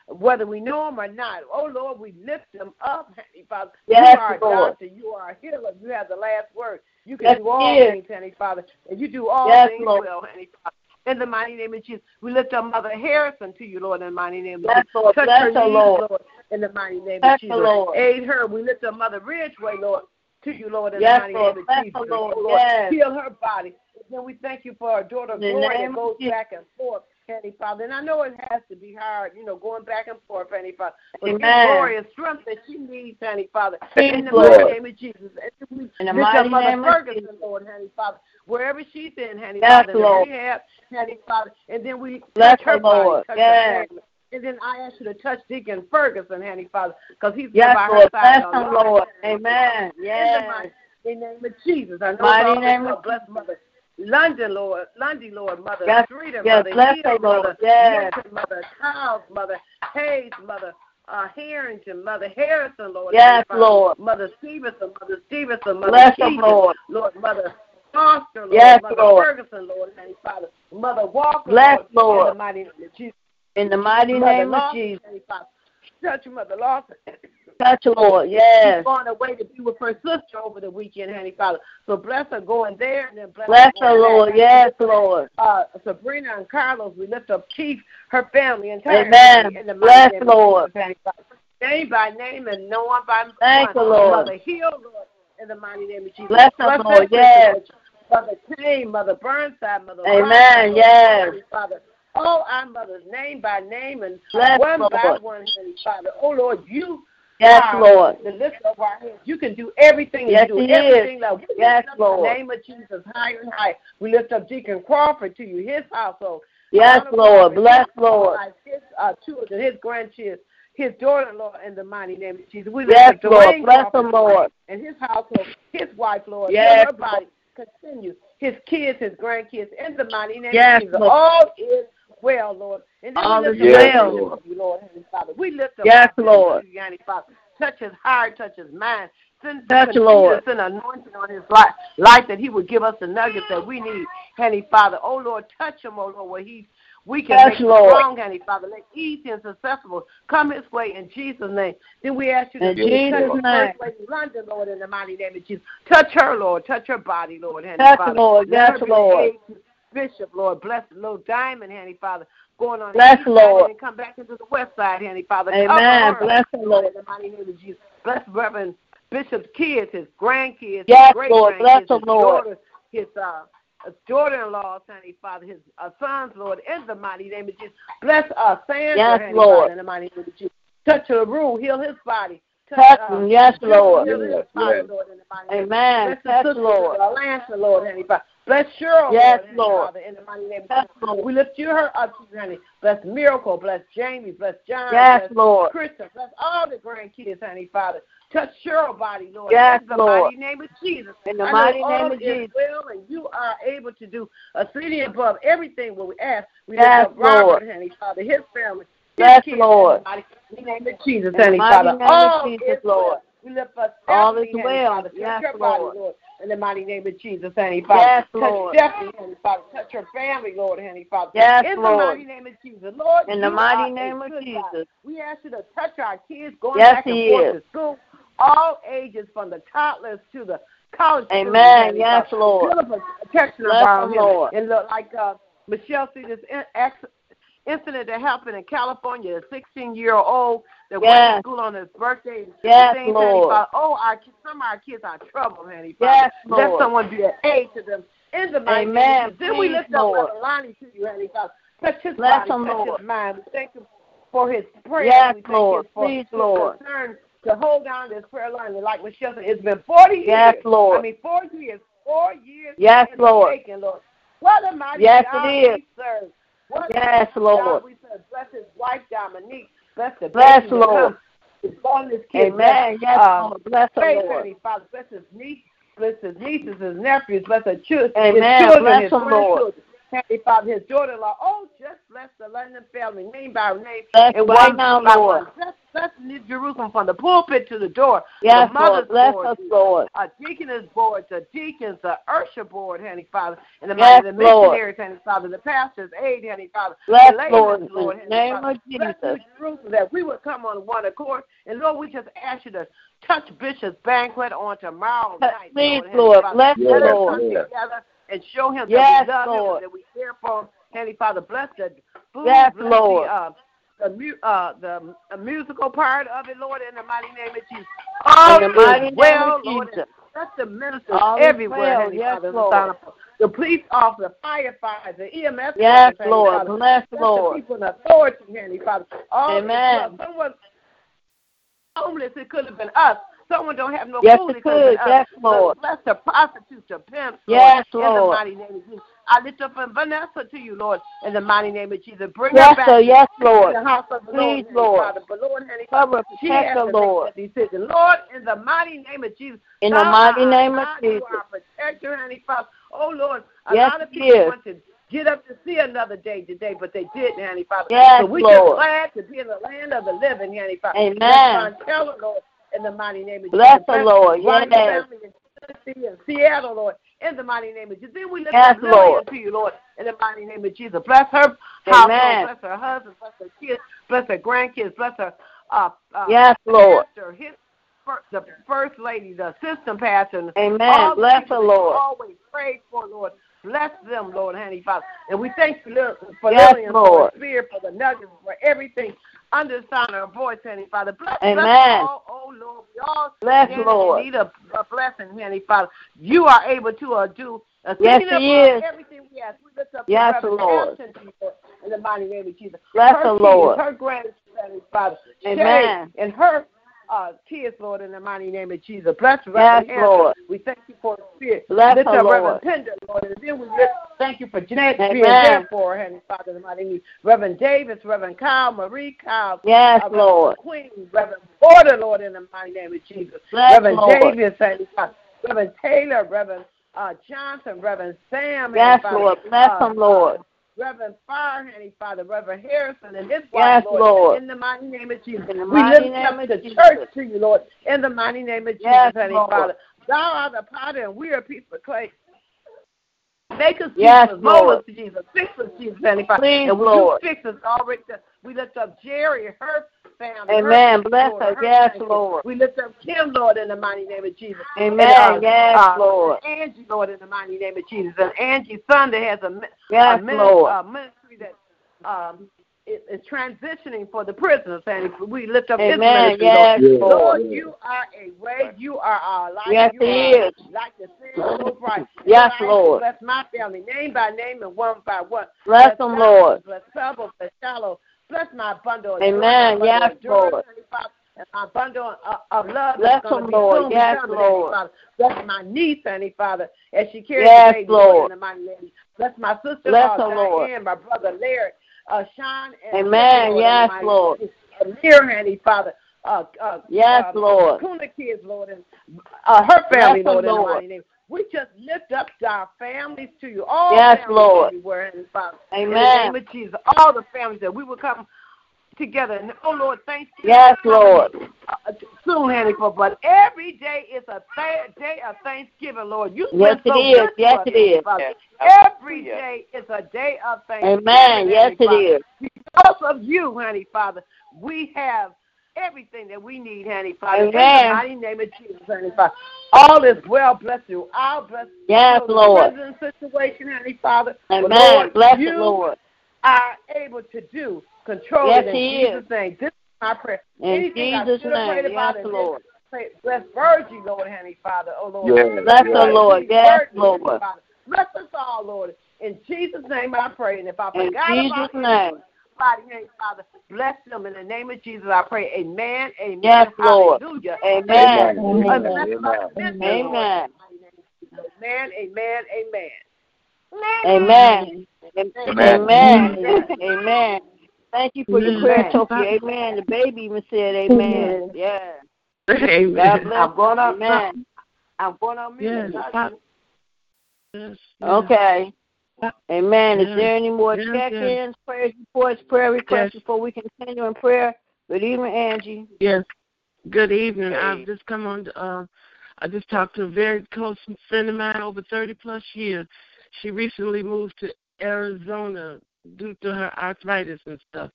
S3: whether we know them or not. Oh, Lord, we lift them up, Heavenly Father.
S1: Yes,
S3: you are a
S1: Lord.
S3: doctor. You are a healer. You have the last word. You can
S1: Yes,
S3: do all
S1: it is.
S3: things, Heavenly Father. And you do all
S1: Yes,
S3: things
S1: Lord.
S3: well, Heavenly Father. In the mighty name of Jesus, we lift up Mother Harrison to you, Lord, in the mighty name of
S1: Bless,
S3: Jesus.
S1: Lord.
S3: Touch her
S1: Bless the
S3: knees,
S1: Lord.
S3: Lord, in the mighty name
S1: Bless
S3: of
S1: the
S3: Jesus.
S1: Lord.
S3: Aid her. We lift up Mother Ridgeway, Lord, to you, Lord, in
S1: Yes,
S3: the mighty
S1: Lord.
S3: name
S1: Bless
S3: of Jesus.
S1: the Lord.
S3: Oh,
S1: Yes.
S3: Heal her body. And then we thank you for our daughter
S1: In the
S3: Gloria
S1: name
S3: that
S1: of
S3: goes
S1: Jesus.
S3: back and forth, Heavenly Father. And I know it has to be hard, you know, going back and forth, Heavenly Father. But give
S1: Amen.
S3: Gloria strength that she needs, Heavenly Father.
S1: Thank
S3: In the
S1: you,
S3: mighty
S2: Lord.
S3: name of Jesus. And we
S1: In the
S3: lift up
S1: mighty
S3: Mother
S1: name of
S3: Ferguson,
S1: Jesus.
S3: Lord, Heavenly Father. Wherever she's in, Heavenly
S1: Yes,
S3: Father, in the
S1: Lord.
S3: rehab, Heavenly Father. And then we
S1: Bless
S3: touch her
S1: the
S3: body,
S1: Lord.
S3: touch her
S1: Yes.
S3: family. And then I ask you to touch Deacon Ferguson, Heavenly Father, because he's been
S1: Yes,
S3: by
S1: Lord.
S3: her side
S1: Bless
S3: a
S1: him,
S3: lot.
S1: Lord. Amen.
S3: In the
S1: Yes.
S3: mighty in the name of Jesus. I know
S1: Mighty
S3: it's all
S1: name
S3: name
S1: of
S3: bless Mother London, Lord, Lundy, Lord, Mother
S1: Yes,
S3: Streeter,
S1: yes,
S3: Mother
S1: bless
S3: Hill,
S1: her, Lord.
S3: Mother
S1: Yes.
S3: Nixon, Mother Childs, Mother Hayes, Mother uh, Harrington, Mother Harrison, Lord.
S1: Yes,
S3: Heavenly Father,
S1: Lord.
S3: Mother Stevenson, Mother Stevenson, Mother
S1: Bless the
S3: Keaton,
S1: Lord.
S3: Lord, Mother Foster, Lord,
S1: Yes,
S3: Mother
S1: Lord.
S3: Ferguson, Lord, Heavenly Father, Mother Walker,
S1: Bless,
S3: Lord, in
S1: Lord.
S3: the mighty name of Jesus.
S1: In the mighty
S3: Mother
S1: name of
S3: Lawson,
S1: Jesus.
S3: Heavenly Father, touch Mother Lawson.
S1: Touch, Lord.
S3: She's
S1: Yes.
S3: going away to be with her sister over the weekend, Heavenly Father. So bless her going there and then bless,
S1: Bless the
S3: going
S1: Lord.
S3: back.
S1: Yes, Lord.
S3: Uh, Sabrina and Carlos, we lift up Keith, her family, and her
S1: Amen.
S3: in the mighty
S1: Bless,
S3: name of
S1: Lord.
S3: Jesus, Heavenly Father. Name by name and no one by
S1: Thank
S3: one.
S1: you, Lord.
S3: Mother heal, Lord, in the mighty name of Jesus.
S1: Bless her,
S3: Bless
S1: Lord.
S3: sister,
S1: Yes.
S3: Lord. Mother Kane, Mother Burnside, Mother
S1: Amen.
S3: Robinson, Lord,
S1: Yes.
S3: Heavenly Father. Oh, our mothers, name by name and
S1: Bless,
S3: one by
S1: Lord.
S3: one, Heavenly Father. Oh, Lord, you
S1: Yes,
S3: are
S1: Lord.
S3: the lift of our hands. You can do everything.
S1: Yes,
S3: you do
S1: he is.
S3: everything. Lord. We
S1: Yes,
S3: lift up
S1: Lord.
S3: the name of Jesus higher and higher. We lift up Deacon Crawford to you, his household.
S1: Yes,
S3: Honor
S1: Lord.
S3: Crawford,
S1: Bless,
S3: his
S1: Lord.
S3: wife, His uh, children, his grandchildren, his daughter-in-law, in the mighty name of Jesus. We lift
S1: Yes,
S3: up
S1: Lord.
S3: Dwayne
S1: Bless
S3: Crawford
S1: him, Lord.
S3: and his household, his wife, Lord,
S1: Yes,
S3: and her body. Continue. His kids, his grandkids, in the mighty name
S1: Yes,
S3: of Jesus.
S1: Lord.
S3: All is well, Lord. And then
S1: All
S3: we lift
S1: is
S3: up our
S1: well.
S3: children to you, Lord, Heavenly Father. We lift up
S1: Yes,
S3: our children
S1: Lord.
S3: to you, Heavenly Father. Touch his heart, touch his mind. Send,
S1: Touch,
S3: continue
S1: Lord.
S3: to send anointing on his life, life that he would give us the nuggets that we need, Heavenly Father. Oh, Lord, touch him, oh, Lord, where he's weak and
S1: Touch,
S3: make him
S1: Lord.
S3: strong, Heavenly Father. Let easy and successful come his way in Jesus' name. Then we ask you to
S1: In
S3: touch
S1: Jesus'
S3: the
S1: name.
S3: first lady, London, Lord, in the mighty name of Jesus. Touch her, Lord. Touch her body, Lord, Heavenly
S1: Yes,
S3: Father.
S1: Lord.
S3: Let
S1: Yes,
S3: her be
S1: Lord.
S3: saved Bishop, Lord, bless the little diamond, Heavenly Father, going on
S1: Bless,
S3: the east
S1: Lord.
S3: side and come back into the west side, Heavenly Father.
S1: Amen.
S3: Cover her,
S1: Bless the Lord.
S3: in the mighty name of Jesus. Bless Reverend Bishop's kids, his grandkids, his
S1: Yes,
S3: great
S1: Lord.
S3: grandkids,
S1: Bless
S3: his
S1: the Lord.
S3: daughters, his uh his daughter-in-law, Heavenly Father, his uh, sons, Lord, in the mighty name of Jesus. Bless uh, Sandra,
S1: Yes,
S3: Heavenly
S1: Lord.
S3: Father, in the mighty name of Jesus. Touch uh, her rule, heal his body.
S1: Touch them, yes, Lord.
S2: Yes,
S3: Yes,
S2: yes.
S3: Lord, in the mighty name of
S1: Amen.
S3: Bless the
S1: Touch,
S3: sisters,
S1: Lord.
S3: Lord. Lance the Lord, honey. But Bless Cheryl,
S1: Yes,
S3: Lord, honey,
S1: Lord.
S3: Father, in the mighty name
S1: Yes,
S3: of
S1: Lord.
S3: Jesus. We lift you her up, to you, honey. Bless Miracle, bless Jamie, bless John,
S1: Yes,
S3: bless
S1: Lord.
S3: Krista, bless all the grandkids, honey, Father. Touch Cheryl body, Lord.
S1: Yes,
S3: in the
S1: Lord.
S3: mighty name of Jesus.
S1: In the
S3: I know
S1: mighty
S3: all
S1: name of
S3: is
S1: Jesus.
S3: Well, and you are able to do exceeding above everything what we ask. We
S1: Yes,
S3: lift up Robert,
S1: Lord.
S3: honey, Father, his family. his
S1: Yes,
S3: kids,
S1: Lord.
S3: In the mighty in the name of Jesus,
S1: In the
S3: honey,
S1: mighty
S3: Father.
S1: name of
S3: All
S1: Jesus,
S3: is well.
S1: Lord.
S3: We lift up
S1: All
S3: Stephanie,
S1: is
S3: honey,
S1: well.
S3: Father. Touch
S1: Yes,
S3: her body,
S1: Lord.
S3: Lord. In the mighty name of Jesus, honey, Father.
S1: Yes,
S3: touch
S1: Lord.
S3: Stephanie, honey, Father. Touch her family, Lord, honey, Father.
S1: Yes,
S3: In
S1: Lord.
S3: the mighty name of Jesus, Lord.
S1: In the
S3: you
S1: mighty
S3: are a
S1: name of
S3: good
S1: Jesus.
S3: God. We ask you to touch our kids going
S1: Yes,
S3: back and
S1: He
S3: forth
S1: is.
S3: to school, all ages from the toddlers to the college students,
S1: Amen.
S3: honey,
S1: Yes,
S3: Father.
S1: Lord.
S3: Feel the protection
S1: Bless
S3: around
S1: them,
S3: him.
S1: Lord.
S3: And look, like uh, Michelle see this in- ex- incident that happened in California, a 16 year old that went
S1: Yes.
S3: to school on his birthday.
S1: Yes,
S3: the same
S1: Lord.
S3: Father, oh, our, ki- some of our kids are trouble, honey.
S1: Yes,
S3: Father. Let
S1: Lord.
S3: someone be an aid to them. In the mighty name of
S1: Amen.
S3: Jesus. Then we
S1: Please,
S3: lift
S1: Lord.
S3: up Brother Lonnie to you, honey. Father. Touch his
S1: Bless
S3: body,
S1: him,
S3: touch
S1: Lord.
S3: his mind. We thank him for his prayers.
S1: Yes,
S3: we thank
S1: Lord.
S3: Him for
S1: Please,
S3: his
S1: Lord.
S3: concern to hold down this prayer line. And like Michelle said, it's been 40
S1: Yes,
S3: years.
S1: Lord.
S3: I mean, four years. Four years.
S1: Yes,
S3: in the
S1: Lord.
S3: Making, Lord. What a mighty
S1: Yes,
S3: God
S1: it is.
S3: we serve. What a
S1: Yes,
S3: God,
S1: Lord.
S3: we said, bless his wife, Dominique. Bless the
S1: Bless
S3: baby that
S1: Lord.
S3: comes. It's on this kid.
S1: Amen. Yes,
S3: um,
S1: Lord. Bless the
S3: Faith,
S1: Lord.
S3: Heavenly Father. Bless his niece. Bless his nieces, his nephews. Bless his, chil-
S1: Amen.
S3: his children,
S1: Bless
S3: his
S1: him, Lord.
S3: grandchildren. Heavenly Father, his daughter-in-law. Oh, just bless the London family, name by name.
S1: Bless
S3: and
S1: right
S3: one
S1: now,
S3: by
S1: Lord.
S3: One. Bless, bless New Jerusalem from the pulpit to the door.
S1: Yes,
S3: the
S1: Lord.
S3: mother's
S1: Bless
S3: board,
S1: us, Lord.
S3: a deaconess board, the deacons, the usher board, Heavenly Father, and the
S1: Yes,
S3: mighty the
S1: Lord.
S3: missionaries, Heavenly Father, the pastors, aid, Heavenly Father,
S1: Bless,
S3: the laymen,
S1: Lord. In
S3: Lord,
S1: the
S3: Heavenly
S1: name
S3: Father.
S1: of
S3: Bless
S1: Jesus.
S3: New Jerusalem that we would come on one accord, and Lord, we just ask you to touch Bishop's banquet on tomorrow night.
S1: Please,
S3: Lord, Heavenly
S1: Lord.
S3: Father.
S1: Bless
S2: Yes,
S1: the
S3: Let us
S1: Lord.
S3: come
S2: Lord.
S3: together and show him
S1: Yes,
S3: that we love him
S1: Lord.
S3: and that we care for him. Heavenly Father, bless the food,
S1: Yes,
S3: bless
S1: Lord.
S3: the uh, the, mu- uh, the uh, musical part of it, Lord, in the mighty name of Jesus. All
S1: In the
S3: is
S1: mighty name
S3: well,
S1: of
S3: Lord,
S1: Jesus.
S3: Bless the ministers
S1: All is
S3: everywhere,
S1: well.
S3: Heavenly
S1: Yes,
S3: Father, the
S1: Lord.
S3: sound of- the police officer, firefighters, the EMS
S1: Yes,
S3: officers, Heavenly
S1: Lord.
S3: Father.
S1: Bless the
S3: Bless the
S1: Lord.
S3: people in authority, Heavenly Father. All is
S1: Amen.
S3: well. Someone homeless, it could have been us. Someone don't have no
S1: Yes,
S3: food,
S1: it
S3: could have been
S1: could.
S3: us.
S1: Yes,
S3: Lord,
S1: Lord.
S3: Bless the prostitutes, the pimps, Lord,
S1: Yes,
S3: in the
S1: Lord.
S3: mighty name of Jesus. I lift up Vanessa to you, Lord, in the mighty name of Jesus. Bring her
S1: Yes,
S3: back
S1: sir. Yes, Lord.
S3: to the house of the
S1: Please,
S3: Lord,
S1: Lord.
S3: Heavenly Father. But Lord, Heavenly Father,
S1: Cover,
S3: she has
S1: protect the
S3: to
S1: Lord.
S3: make that decision. Lord, in the mighty name of Jesus.
S1: In
S3: thou
S1: the mighty
S3: art
S1: name of
S3: our God,
S1: Jesus.
S3: You are our protector, Heavenly Father. Oh, Lord, a
S1: Yes,
S3: lot of
S1: he
S3: people
S1: is.
S3: want to get up to see another day today, but they didn't, Heavenly Father.
S1: Yes,
S3: so we
S1: Lord.
S3: just glad to be in the land of the living, Heavenly Father.
S1: Amen.
S3: Bless Montello, Lord, in the mighty name of
S1: Bless
S3: Jesus.
S1: the Lord.
S3: Ron's
S1: Yes.
S3: family in Tennessee and Seattle, Lord, in the mighty name of Jesus. Then we lift
S1: Yes,
S3: up Lillian
S1: Lord.
S3: to you, Lord, in the mighty name of Jesus. Bless her household,
S1: Amen.
S3: bless her husband, bless her kids, bless her grandkids, bless her uh, uh,
S1: Yes, Lord.
S3: pastor, his, fir- the first lady, the assistant pastor, and
S1: Amen.
S3: all
S1: Bless the
S3: people that you
S1: Lord.
S3: always prayed for, Lord. Bless them, Lord, honey, Father. And we thank you Lord, for
S1: Yes,
S3: Lillian, for
S1: Lord.
S3: the spirit, for the nugget, for everything under the sound of her voice, honey, Father. Bless,
S1: Amen.
S3: bless all, oh, Lord. We all
S1: Bless
S3: stand in
S1: Lord.
S3: need a, a blessing, honey, Father. You are able to uh, do uh,
S1: Yes,
S3: thinking
S1: He
S3: upon
S1: is.
S3: everything we ask. We lift up
S1: Yes,
S3: Reverend
S1: Lord.
S3: Hampton to you, Lord, in the mighty name of Jesus.
S1: Bless
S3: her
S1: the
S3: kids,
S1: Lord.
S3: her grandchildren, Father. Sherry
S1: Amen.
S3: and her uh, kids, Lord, in the mighty name of Jesus. Bless
S1: Yes,
S3: Reverend Hampton.
S1: Lord.
S3: We thank you for the spirit.
S1: Bless
S3: lift
S1: her,
S3: up
S1: Lord.
S3: Reverend Pender, Lord, and then we lift, thank you for Jeanette being
S1: Amen.
S3: there for her, Heavenly Father, in the mighty name. Reverend Davis, Reverend Kyle, Marie Kyle,
S1: Yes,
S3: uh, Reverend
S1: Lord.
S3: Queen, Reverend Porter, Lord, in the mighty name of Jesus.
S1: Bless
S3: Reverend
S1: Lord.
S3: Davis, Heavenly Father. Reverend Taylor, Reverend uh, Johnson, Reverend Sam, Heavenly
S1: Yes,
S3: Father.
S1: Lord. Bless
S3: Uh,
S1: them, Lord.
S3: Reverend Fire, Heavenly Father, Reverend Harrison, and his
S1: Yes,
S3: wife,
S1: Lord.
S3: in the mighty name of Jesus.
S1: In the
S3: we
S1: mighty
S3: lift
S1: name
S3: up
S1: of
S3: the
S1: Jesus.
S3: church to you, Lord, in the mighty name of Jesus,
S1: Yes,
S3: Heavenly
S1: Lord.
S3: Father. Thou art the potter, and we are a piece of clay. Make us
S1: Yes,
S3: Jesus, mold
S1: Lord.
S3: us to Jesus, fix us Jesus, Heavenly Father.
S1: Please,
S3: and when
S1: Lord.
S3: you fix us already, we lift up Jerry, her family.
S1: Amen.
S3: Her
S1: Bless
S3: daughter,
S1: her.
S3: her
S1: Yes,
S3: grandkids.
S1: Lord.
S3: We lift up Kim, Lord, in the mighty name of Jesus.
S1: Amen. Yes, Lord.
S3: Angie, Lord, in the mighty name of Jesus. And Angie's son that has a, mi-
S1: Yes,
S3: a, min-
S1: Lord.
S3: a ministry that um, is, is transitioning for the prisoners. And we lift up his
S1: Amen.
S3: ministry, Lord.
S1: Yes,
S2: Lord.
S1: Lord.
S3: Lord, you are a way. You are our life.
S1: Yes,
S3: you
S1: He
S3: are
S1: is.
S3: Like the same so bright.
S1: Yes,
S3: Lord, I ask you to
S1: Lord.
S3: Bless my family, name by name and one by one.
S1: Bless them,
S3: Donald,
S1: Lord.
S3: Bless Pebble, bless Shallow. Bless my bundle. of
S1: Amen.
S3: joy,
S1: Yes,
S3: my bundle of joy,
S1: Lord.
S3: Heavenly Father. and my bundle of, of love
S1: Bless
S3: is
S1: them,
S3: going to be
S1: Lord.
S3: soon
S1: Yes,
S3: becoming,
S1: Lord.
S3: Heavenly Father. Bless my niece, Heavenly Father, as she carries
S1: Yes,
S3: the baby
S1: Lord.
S3: in the mighty name. Bless my sister,
S1: Bless
S3: Diane,
S1: her, Lord.
S3: my brother Larry, uh, Sean, and
S1: Amen.
S3: Lord, in the
S1: Yes,
S3: mighty
S1: Lord.
S3: name. And Lear, Heavenly Father. Uh, uh,
S1: Yes,
S3: uh,
S1: Lord.
S3: Kuna kids, Lord, and uh, her family,
S1: Bless
S3: Lord,
S1: them,
S3: in the
S1: Lord.
S3: mighty name. We just lift up our families to you. All
S1: Yes,
S3: families
S1: Lord.
S3: everywhere, Heavenly Father. In the
S1: Amen.
S3: name of Jesus, all the families that we will come together. And, oh, Lord, thank you.
S1: Yes, Lord.
S3: Uh, soon, honey, for- but every day is a th- day of thanksgiving, Lord. You've
S1: Yes,
S3: been so
S1: it is.
S3: good to
S1: Yes,
S3: us,
S1: it is.
S3: Father.
S2: Yes.
S3: Every
S2: Yes.
S3: day is a day of thanksgiving.
S1: Amen. Yes, it
S3: Heavenly Father.
S1: is.
S3: Because of you, honey, Father, we have everything that we need, honey, Father. In
S1: Amen.
S3: the mighty name of Jesus, honey, Father. All is well. Bless you. I'll bless
S1: Yes,
S3: you.
S1: Lord.
S3: Prison situation, honey, Father. But
S1: Amen.
S3: Lord,
S1: Bless
S3: you
S1: the Lord.
S3: are able to do. Control
S1: Yes,
S3: it in
S1: He
S3: Jesus' name. This is my prayer.
S1: In
S3: Anything I
S1: Jesus'
S3: should have prayed
S1: name.
S3: about
S1: Yes,
S3: and
S1: Lord.
S3: didn't pray- Bless Virgie, Lord, honey, Father. Oh, Lord.
S2: Yes.
S1: Bless the
S2: yes.
S1: Lord. Yes, Lord.
S3: Bless us all, Lord. In Jesus' name I pray. And if I
S1: In
S3: forgot
S1: Jesus'
S3: about
S1: name.
S3: anybody, hey, Father, bless them in the name of Jesus. I pray. Amen. Amen.
S1: Yes, Lord.
S3: Hallelujah.
S1: Amen.
S2: Amen.
S3: Amen.
S2: Amen. Amen.
S1: Amen.
S3: Amen. Amen. Amen.
S1: Amen.
S2: Amen.
S1: Amen. Amen. Thank you for the
S4: Amen.
S1: prayer, Tokyo. Amen. The baby even said amen.
S4: Amen.
S1: Yeah.
S4: (laughs)
S1: God
S4: Amen.
S1: bless.
S3: (laughs) I'm going to
S1: Amen.
S3: I'm going on
S4: Yes.
S3: mute.
S4: I- yes, yes.
S1: Okay. Amen. Is
S4: Yes.
S1: there any more
S4: Yes,
S1: check ins, prayers, reports, prayer requests
S4: Yes.
S1: before we continue in prayer? Good evening, Angie.
S4: Yes. Good evening.
S2: Hey.
S4: I've just come on. Uh, I just talked to a very close friend of mine over 30 plus years. She recently moved to Arizona due to her arthritis and stuff.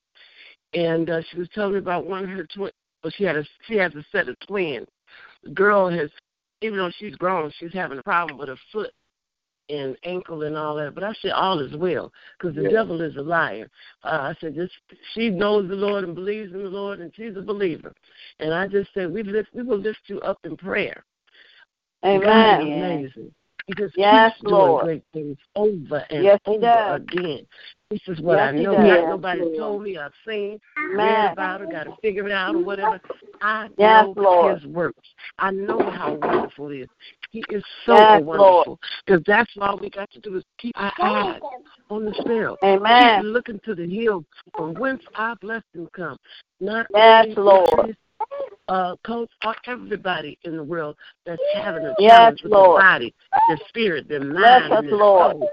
S4: And uh, she was telling me about one of her twin. Well, she had a she has a set of twins. The girl has, even though she's grown, she's having a problem with her foot and ankle and all that. But I said all is well because the
S2: Yeah.
S4: devil is a liar. Uh, I said just she knows the Lord and believes in the Lord and she's a believer. And I just said, we lift, we will lift you up in prayer. God is
S1: Amen.
S4: amazing. He just
S1: Yes,
S4: keeps
S1: Lord.
S4: doing great things over and
S1: Yes, he
S4: over
S1: does.
S4: again. This is what
S1: Yes,
S4: I
S1: he
S4: know.
S1: does.
S4: Not nobody
S1: Yes, Lord.
S4: told me. I've seen, read
S1: Amen.
S4: about it, got to figure it out or whatever. I
S1: Yes,
S4: know
S1: Lord.
S4: his works. I know how wonderful he is. He is so
S1: Yes,
S4: wonderful. Because that's all we got to do is keep our eyes on the sparrow. Keep
S1: Amen.
S4: looking to the hills from whence our blessing come. Not
S1: Yes,
S4: only
S1: Lord.
S4: Patrice, Uh, coach, or everybody in the world that's having a
S1: Yes,
S4: challenge with
S1: Lord.
S4: their body, their spirit, their mind,
S1: Bless us,
S4: their
S1: Lord.
S4: soul.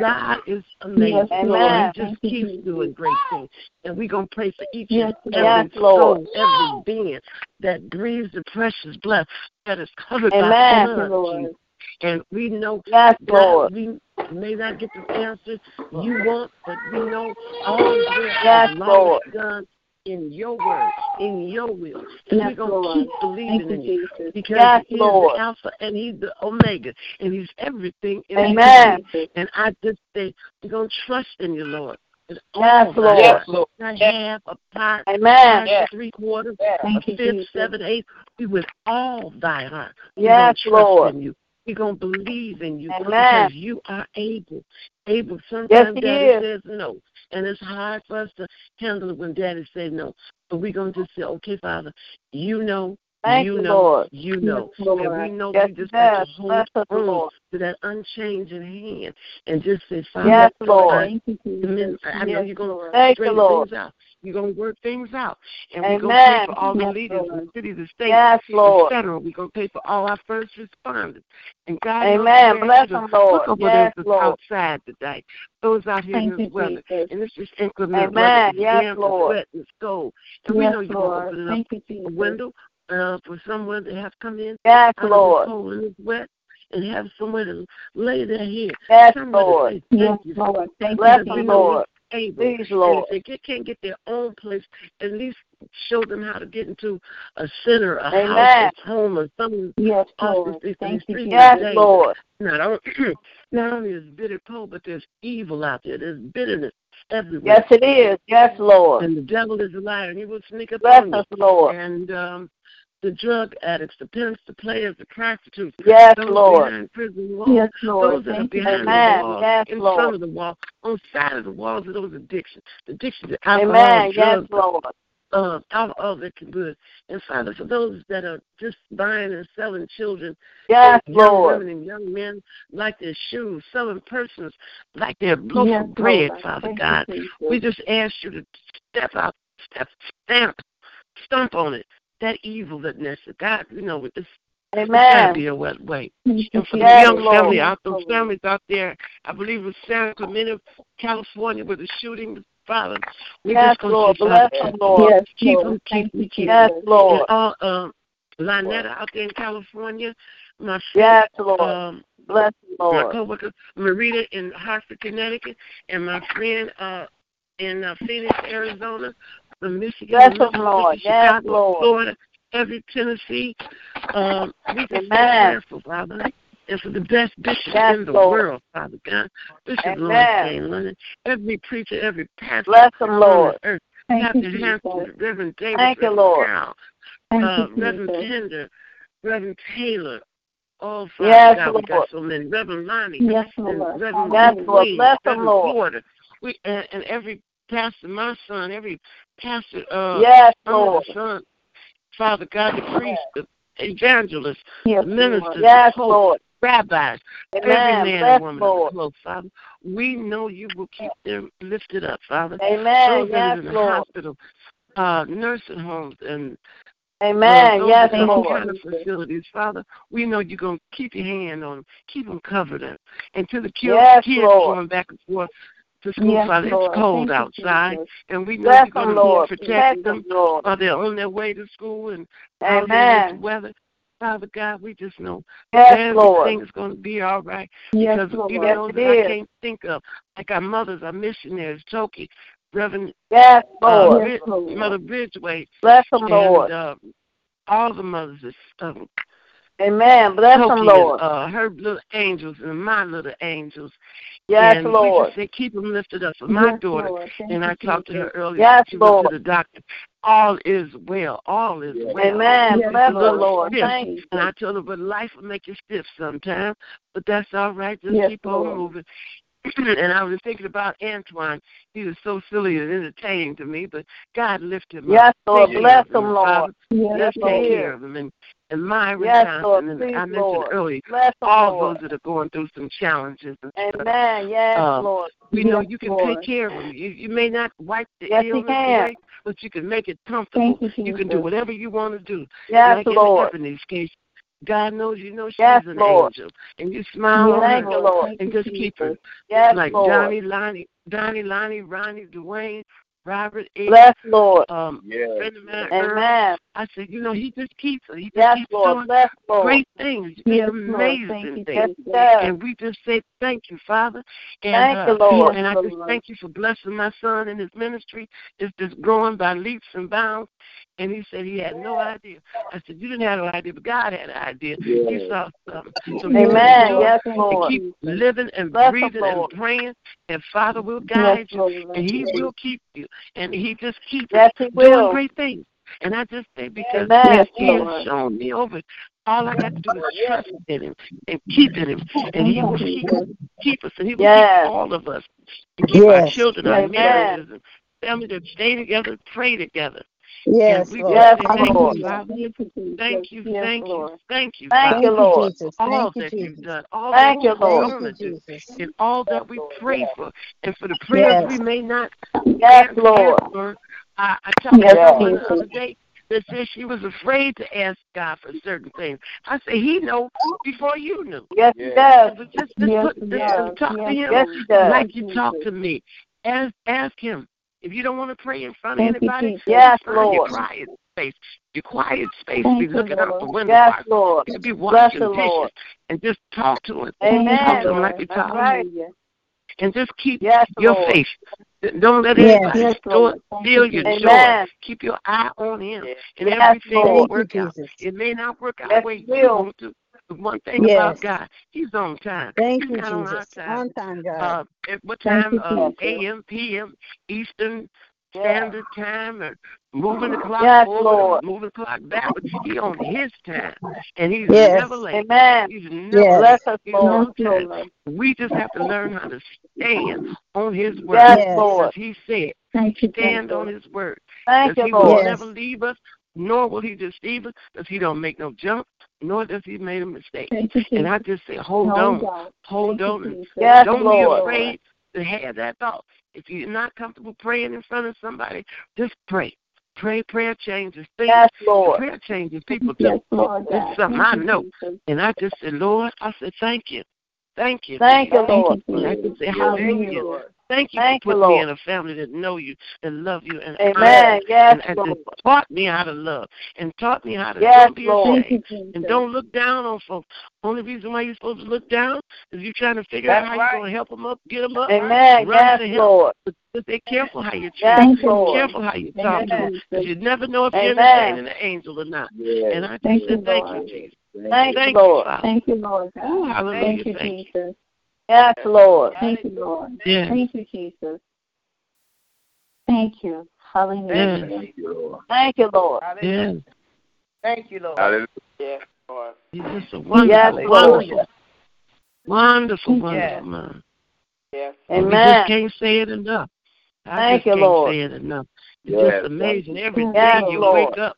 S4: God is amazing.
S1: Yes,
S4: Lord.
S1: Amen.
S4: He just keeps doing great things. And we're going to pray for each Yes,
S1: Lord.
S4: and every
S1: Yes, Lord.
S4: soul, every being that breathes the precious blood that is covered by the
S1: Amen.
S4: blood. Jesus. And we know
S1: Yes,
S4: God,
S1: Lord.
S4: we may not get the answer you want, but we know all is well
S1: Yes,
S4: as long
S1: Lord.
S4: as it's done in your word, in your will. And we're
S1: Yes,
S4: going to
S1: Lord.
S4: keep believing in you
S1: Jesus.
S4: because
S1: Yes,
S4: He is
S1: Lord.
S4: the Alpha and He's the Omega, and He's everything in
S1: Amen.
S4: between. And I just say we're going to trust in you, Lord. with
S1: Yes,
S4: all
S1: Lord.
S4: our
S2: Yes,
S4: heart,
S2: Lord.
S4: Not
S2: Yes.
S4: half, a part,
S1: Amen.
S4: part,
S2: Yes.
S4: three quarters,
S2: Yes.
S4: a fifth, seven, eight. We with all thy heart. We're gonna
S1: Yes,
S4: trust
S1: Lord.
S4: in you. We're gonna believe in you
S1: Amen.
S4: because you are able. Able
S1: Yes,
S4: sometimes
S1: he
S4: daddy
S1: is.
S4: says no. And it's hard for us to handle it when daddy says no. But we're gonna just say, Okay, Father, you know,
S1: Thank
S4: you
S1: you,
S4: know,
S1: Lord.
S4: you know. and we know
S1: Yes,
S4: we just
S1: he
S4: have
S1: does.
S4: to hold
S1: Bless us,
S4: on
S1: Lord.
S4: to that unchanging hand and just say, Father,
S1: Yes,
S4: I
S1: Lord.
S4: Amen. I know you're going to
S1: Thank
S4: straighten
S1: you, Lord.
S4: things out. You're going to work things out. And we're going to pay
S1: Amen.
S4: for all the
S1: Yes,
S4: leaders in
S1: Lord.
S4: the cities and states,
S1: Yes,
S4: et
S1: Lord.
S4: cetera. We're going to pay for all our first responders. And God knows
S1: Amen.
S4: where
S1: Bless
S4: to
S1: him,
S4: Look
S1: Lord.
S4: over
S1: Yes,
S4: those that's
S1: Lord.
S4: outside today. Those out here in this weather. And it's just inclement
S1: Amen.
S4: weather. It's
S1: Yes,
S4: damp,
S1: Lord.
S4: it's wet, it's cold. And we
S1: Yes,
S4: know you're
S1: Lord.
S4: going to open it up a window uh, for someone to have come in
S1: Yes,
S4: out of
S1: Lord.
S4: the cold and it's wet and have somewhere to lay their head.
S1: Yes,
S4: Somewhere to
S1: Lord.
S4: say, Thank you,
S1: Bless
S4: because
S1: him,
S4: we know
S1: Lord.
S4: you're able.
S1: Please,
S4: And
S1: Lord.
S4: if they can't get their own place, at least show them how to get into a center, a
S1: Amen.
S4: house, a home, or something.
S5: Yes,
S4: off
S5: Lord.
S4: the
S5: Thank you,
S4: street
S1: Yes,
S4: today.
S1: Lord.
S4: Not only, (clears throat) not only is bitter cold, but there's evil out there. There's bitterness everywhere.
S1: Yes, it is. Yes, Lord.
S4: And the devil is a liar, and he will sneak up
S1: Bless
S4: on you.
S1: us, Lord.
S4: And um, the drug addicts, the pimps, the players, the prostitutes,
S1: Yes,
S4: those
S1: Lord.
S4: behind prison walls,
S5: Yes,
S4: those
S5: Lord.
S4: that are
S5: Thank you,
S4: behind
S1: Amen.
S4: the wall,
S1: Yes,
S4: in
S1: Lord.
S4: front of the wall, on side of the walls of those addictions. Addictions to alcohol,
S1: Amen. Yes,
S4: drugs,
S1: Lord.
S4: uh, all, all that can good. And Father, for those that are just buying and selling children,
S6: Yes,
S4: young
S6: Lord.
S4: women and young men like their shoes, selling persons like their loaf
S5: Yes,
S4: of bread,
S5: Lord.
S4: Father
S5: Thank you,
S4: God.
S5: Jesus.
S4: We just ask you to step out, step, stamp, stump on it. That evil that necessary. God, you know, it's got to
S6: Amen.
S4: be a wet way.
S5: Thank you,
S4: And for the
S6: Yes,
S4: young
S6: Lord.
S4: family out, those families out there, I believe it was San Clemente, California, with the shooting, Father. We
S6: Yes,
S4: just going
S6: Lord.
S4: to say, Father,
S6: Bless
S4: keep
S6: them, Lord.
S5: Yes,
S4: keep
S5: Lord.
S4: them,
S5: Thank
S4: keep
S5: you,
S4: them, keep them.
S6: Yes, Lord.
S4: And all, um, Lynetta out there in California, my friend,
S6: Yes, Lord.
S4: um,
S6: Bless them,
S4: my
S6: Lord.
S4: coworker Marita in Hartford, Connecticut, and my friend uh in uh, Phoenix, Arizona, from Michigan,
S6: Bless
S4: to
S6: them,
S4: Mississippi,
S6: Lord. Yes,
S4: Chicago,
S6: Lord.
S4: Florida, every Tennessee. Um, we
S6: Amen.
S4: just so prayerful, Father. And for the best bishop
S6: Yes,
S4: in the
S6: Lord.
S4: world, Father God, Bishop
S6: Amen.
S4: Lawrence J. London, every preacher, every pastor
S6: Bless them,
S4: on
S6: Lord.
S4: this earth,
S5: Thank you,
S4: Captain
S5: Jesus.
S4: Hampton, Reverend Davis,
S6: Thank you,
S4: Reverend
S6: Lord.
S4: Powell, uh,
S5: Thank you,
S4: Reverend
S5: Jesus.
S4: Pender, Reverend Taylor, all Father
S6: Yes,
S4: God, we
S6: Lord.
S4: got so many. Reverend Lonnie,
S5: Yes,
S4: and
S5: Lord.
S4: Reverend
S6: Yes,
S4: Ruth
S6: Lord.
S4: Wade,
S6: Bless them,
S4: Reverend
S6: Lord.
S4: Porter. We and, and every pastor, my son, every pastor, uh,
S6: Yes,
S4: under
S6: Lord.
S4: the son, Father God, the priest, the evangelist,
S5: Yes,
S4: ministers,
S5: Lord.
S6: Yes,
S4: the pope,
S6: Lord.
S4: rabbis, every
S6: Amen.
S4: man and
S6: Bless
S4: woman of the
S6: Lord.
S4: close, Father. We know you will keep them lifted up, Father.
S6: Amen.
S4: Those that
S6: Yes,
S4: is in the
S6: Lord.
S4: hospital, uh, nursing homes, and uh,
S6: Amen.
S4: those
S6: Yes,
S4: that are in
S6: Lord.
S4: kind of facilities, Father, we know you're going to keep your hand on them, keep them covered up. And to the kids,
S6: Yes,
S4: kids
S6: Lord.
S4: going back and forth to school,
S5: Yes,
S4: Father,
S5: Lord.
S4: it's cold
S5: Thank you,
S4: outside,
S5: Jesus.
S4: and we know
S6: Bless
S4: you're
S6: them,
S4: going to
S6: Lord.
S4: protect
S6: Protect
S4: them
S6: them, Lord.
S4: while they're on their way to school and out there in this
S6: Amen.
S4: weather. Father God, we just know
S6: Yes,
S4: everything
S6: Lord.
S4: is going to be all right
S5: Yes,
S4: because
S5: Lord.
S4: even
S6: Yes,
S4: those
S6: it
S4: that I
S6: is.
S4: can't think of, like our mothers, our missionaries, Toki, Reverend
S6: Yes,
S4: uh,
S6: Lord.
S5: Yes,
S4: Rid-
S5: Lord.
S4: Mother Bridgeway,
S6: Bless them, Lord.
S4: and uh, all the mothers is, um,
S6: Amen. Bless them,
S4: Toki and
S6: Lord.
S4: uh, her little angels and my little angels.
S6: Yes,
S4: and we
S6: Lord.
S4: just say, keep them lifted up for my
S5: yes,
S4: daughter.
S5: Lord. Thank
S4: And
S5: you,
S4: I talked to her
S5: Jesus.
S4: earlier.
S6: Yes,
S4: she went
S6: Lord.
S4: to the doctor. All is well. All is
S2: Yes.
S4: well.
S6: Amen.
S5: Yes,
S6: Bless the
S4: Lord,
S6: Lord.
S4: yes.
S6: Thank you.
S4: And I told her, but life will make you stiff sometimes, but that's all right. Just
S5: Yes,
S4: keep on
S5: Lord.
S4: moving. (clears throat) and I was thinking about Antoine. He was so silly and entertaining to me, but God lift him
S6: Yes,
S4: up.
S6: Lord.
S4: Take
S6: Bless
S4: care of
S6: them,
S4: him,
S6: Lord.
S4: Father.
S5: Yes,
S6: Yes,
S4: Let's
S6: Lord.
S4: take
S5: Lord.
S4: care of him. And, and Myron
S6: Yes, Lord.
S4: Johnson, and
S6: Please,
S4: I mentioned
S6: Lord.
S4: earlier,
S6: Bless them,
S4: all
S6: Lord.
S4: those that are going through some challenges and stuff.
S6: Amen. Yes,
S4: Um,
S6: Lord.
S4: We know
S5: Yes,
S4: you can
S5: Lord.
S4: take care of them. You, you may not wipe the
S6: Yes, he
S4: illness
S6: can.
S4: away, but you can make it comfortable.
S5: Thank you,
S4: You
S5: Jesus.
S4: can do whatever you want to do.
S6: Yes,
S4: like in
S6: Lord.
S4: Ebony's case, God knows you know she's
S6: Yes,
S4: an
S6: Lord.
S4: angel, and you smile on
S5: Yes,
S6: Thank
S4: her
S6: you,
S5: Lord.
S6: Lord.
S5: Thank
S4: and
S5: you,
S4: just keep her.
S5: Jesus.
S6: Yes,
S4: Like
S6: Lord.
S4: Donnie, Lonnie, Donnie, Lonnie, Ronnie, Dwayne, Robert, Ed,
S6: Bless, Lord.
S4: um,
S2: Yes.
S4: friend of mine, Earl.
S6: Amen.
S4: I said, you know, he just keeps her. He just
S6: Yes,
S4: keeps
S6: Lord.
S4: doing
S6: Bless, Lord.
S4: great things, just
S5: Yes, Lord.
S4: amazing
S5: Thank you,
S4: things.
S6: Yes,
S5: Jesus.
S6: sir.
S4: And we just say thank you, Father. And
S6: Thank
S4: uh,
S6: you, Lord.
S4: and I
S5: Yes,
S4: just
S5: Lord.
S4: thank you for blessing my son and his ministry. It's just growing by leaps and bounds. And he said he had no idea. I said, You didn't have no idea, but God had an idea. He
S2: Yes.
S4: saw something. So
S5: Yes,
S4: keep
S6: Amen.
S4: doing
S6: Yes,
S5: Lord. Thank
S4: and
S6: Lord.
S4: keep
S5: you, Jesus.
S4: living and
S6: Bless them,
S4: breathing and
S6: Lord.
S4: praying. And Father will
S5: Yes,
S4: guide you.
S5: Lord.
S4: And he will keep you. And he just keeps
S6: Yes, He
S4: doing
S6: will.
S4: great things. And I just say because
S6: Amen.
S5: Yes,
S4: he has
S5: Lord.
S4: shown me over. All I got to do is trust in him and keep in him, and
S5: Thank
S4: he
S5: you,
S4: will keep
S5: Jesus.
S4: keep us, and he will keep
S6: Yes.
S4: all of us, and keep our
S7: Yes.
S4: children, our
S5: Yes, Lord.
S6: Amen.
S4: marriages, and family that stay together, pray together. And
S7: Yes,
S4: we just
S7: Lord.
S6: Yes,
S4: say
S7: Thank
S4: thank you,
S6: Lord.
S5: Hallelujah.
S4: Father.
S5: Thank you, Jesus.
S4: Thank you,
S5: Yes,
S4: thank you,
S5: Lord.
S4: thank you,
S6: Thank
S4: Father,
S6: you,
S7: Thank you,
S6: Lord.
S7: Jesus.
S4: for all
S7: Thank you,
S4: that you've
S7: Jesus.
S4: done, all that
S6: Thank
S4: you're
S6: you, Lord.
S7: Thank you,
S4: going to do,
S7: Jesus.
S4: and all that we pray for, and for the prayers
S7: Yes.
S4: we may not
S6: Yes,
S4: an-
S6: Lord.
S4: answer. I, I talked to
S5: Yes,
S2: Yeah.
S4: someone the
S5: Jesus.
S4: other day that said she was afraid to ask God for certain things. I said, He know before you knew.
S6: Yes, He
S2: Yeah.
S4: I
S6: does.
S4: said, but just just
S5: Yes,
S4: put
S5: he
S4: just,
S5: does.
S4: just talk to
S5: Yes,
S4: Him
S6: Yes,
S5: Lord.
S6: He
S5: Thank
S6: does.
S4: like
S5: you,
S4: you talk
S5: Jesus.
S4: to me. Ask ask Him. If you don't want to pray in front of
S5: Thank you,
S4: anybody,
S5: Jesus.
S4: just
S6: Yes,
S4: find your
S6: Lord.
S4: quiet space. Your quiet space. Be
S5: Thank you,
S4: looking out the
S5: Lord.
S4: window.
S6: Yes,
S4: Or
S6: Lord.
S4: you could be
S6: Bless the
S4: washing dishes
S6: Lord.
S4: and just talk to Him.
S5: Thank you,
S4: Talk to
S6: Amen.
S4: Him like
S5: Lord.
S4: you
S6: That's
S4: talk
S6: right.
S5: Hallelujah.
S4: and just keep
S6: Yes,
S4: your
S6: Lord.
S4: faith. Don't let
S7: Yes.
S4: anybody
S5: Yes,
S4: store,
S5: Lord. Thank you,
S4: steal your
S5: Jesus.
S4: joy.
S6: Amen.
S4: Keep your eye on Him,
S2: Yes.
S4: and
S6: Yes,
S4: everything will
S6: Lord.
S7: Thank you,
S4: work out.
S7: Jesus.
S4: It may not work out the
S6: Yes,
S4: way
S6: He
S4: you
S6: will.
S4: want to, but one thing
S7: Yes.
S4: about God, He's on time.
S7: Thank
S4: He's
S7: you,
S4: not on our
S7: Jesus.
S4: time.
S7: On time, God.
S4: Uh, at what
S5: Thank
S4: time?
S5: you,
S4: Uh,
S6: Yes,
S5: Jesus.
S4: A.M., P.M., Eastern
S6: yes.
S4: Standard Time, or moving the clock
S6: Yes,
S4: forward or
S6: Lord.
S4: moving the clock backward. He on His time, and He's
S7: Yes.
S4: never late.
S6: Amen.
S4: He's never
S7: Yes.
S6: Bless
S4: late.
S6: us,
S4: He's
S6: Lord.
S5: Yes,
S4: on time.
S5: Lord.
S4: We just have to learn how to stand on His word
S6: Yes,
S7: Yes.
S6: Lord.
S4: because He said,
S5: Thank you,
S4: stand
S5: Jesus.
S4: on his word.
S6: Thank
S4: Because
S6: you,
S4: he will
S6: Lord.
S4: never leave us, nor will he deceive us, because he don't make no jump, nor does he make a mistake.
S5: Thank you,
S4: And
S5: Jesus.
S4: I just say, hold
S5: Hold
S4: on,
S5: on.
S4: hold
S5: Thank you,
S4: on, and
S5: Jesus.
S6: Yes,
S4: don't
S6: Lord.
S4: be afraid to have that thought. If you're not comfortable praying in front of somebody, just pray. Pray, prayer changes things.
S6: Yes, Lord.
S4: Prayer changes people
S5: Yes,
S4: too.
S5: Lord
S4: This
S5: God.
S4: is something
S5: Thank
S4: I
S5: you,
S4: know.
S5: Jesus.
S4: And I just said, Lord, I said, thank you. Thank you.
S6: Thank you,
S5: Thank
S6: Lord.
S5: you,
S4: And I
S5: Jesus.
S4: just say,
S5: Hallelujah.
S4: hallelujah. Thank you
S6: Thank you,
S4: for putting me
S6: Lord.
S4: in a family that know you and love you and honor
S6: Amen.
S4: you.
S6: Yes,
S4: and, and
S6: Lord.
S4: just taught me how to love and taught me how to
S6: Yes,
S4: don't be
S6: Lord.
S5: Thank
S4: ashamed
S5: you, Jesus.
S4: and don't look down on folks. Only reason why you're supposed to look down is you're trying to figure out
S2: That's
S4: how
S2: right.
S4: you're going to help them up, get them up,
S6: Amen.
S4: run
S6: Yes,
S4: to help.
S6: Lord.
S4: But just be careful how you treat
S6: Yes,
S4: them.
S5: Thank you,
S6: Lord.
S4: Careful how you talk
S5: Thank
S4: to them.
S5: you,
S4: Because
S5: Jesus.
S4: you never know if you're
S6: Amen.
S4: entertaining an angel or not.
S2: Yes.
S4: And I just
S5: Thank
S4: said,
S5: you,
S4: thank you,
S5: Lord.
S4: Jesus.
S6: Thank you,
S4: Thank you,
S6: Lord.
S4: Father.
S5: Thank you, Lord
S4: Ooh,
S5: God.
S4: hallelujah.
S5: Thank you,
S4: Thank you.
S5: Jesus.
S6: Yes, Lord.
S5: Thank you, Lord.
S4: Yes.
S5: Thank you, Jesus. Thank you. Hallelujah.
S4: Yes.
S2: Thank you, Lord.
S6: Thank you, Lord.
S4: Yes.
S3: Thank you, Lord.
S2: Hallelujah.
S3: Yes, Lord.
S4: He's just a wonderful,
S6: Yes, Lord.
S4: wonderful, wonderful, wonderful
S3: Yes.
S4: man.
S3: Yes.
S4: And We
S6: Amen.
S4: just can't say it enough. I
S6: Thank
S4: just
S6: you,
S4: can't
S6: Lord.
S4: say it enough. It's
S2: Yes,
S4: just amazing.
S2: thank
S4: Every day
S6: Yes,
S4: you
S6: Lord.
S4: wake up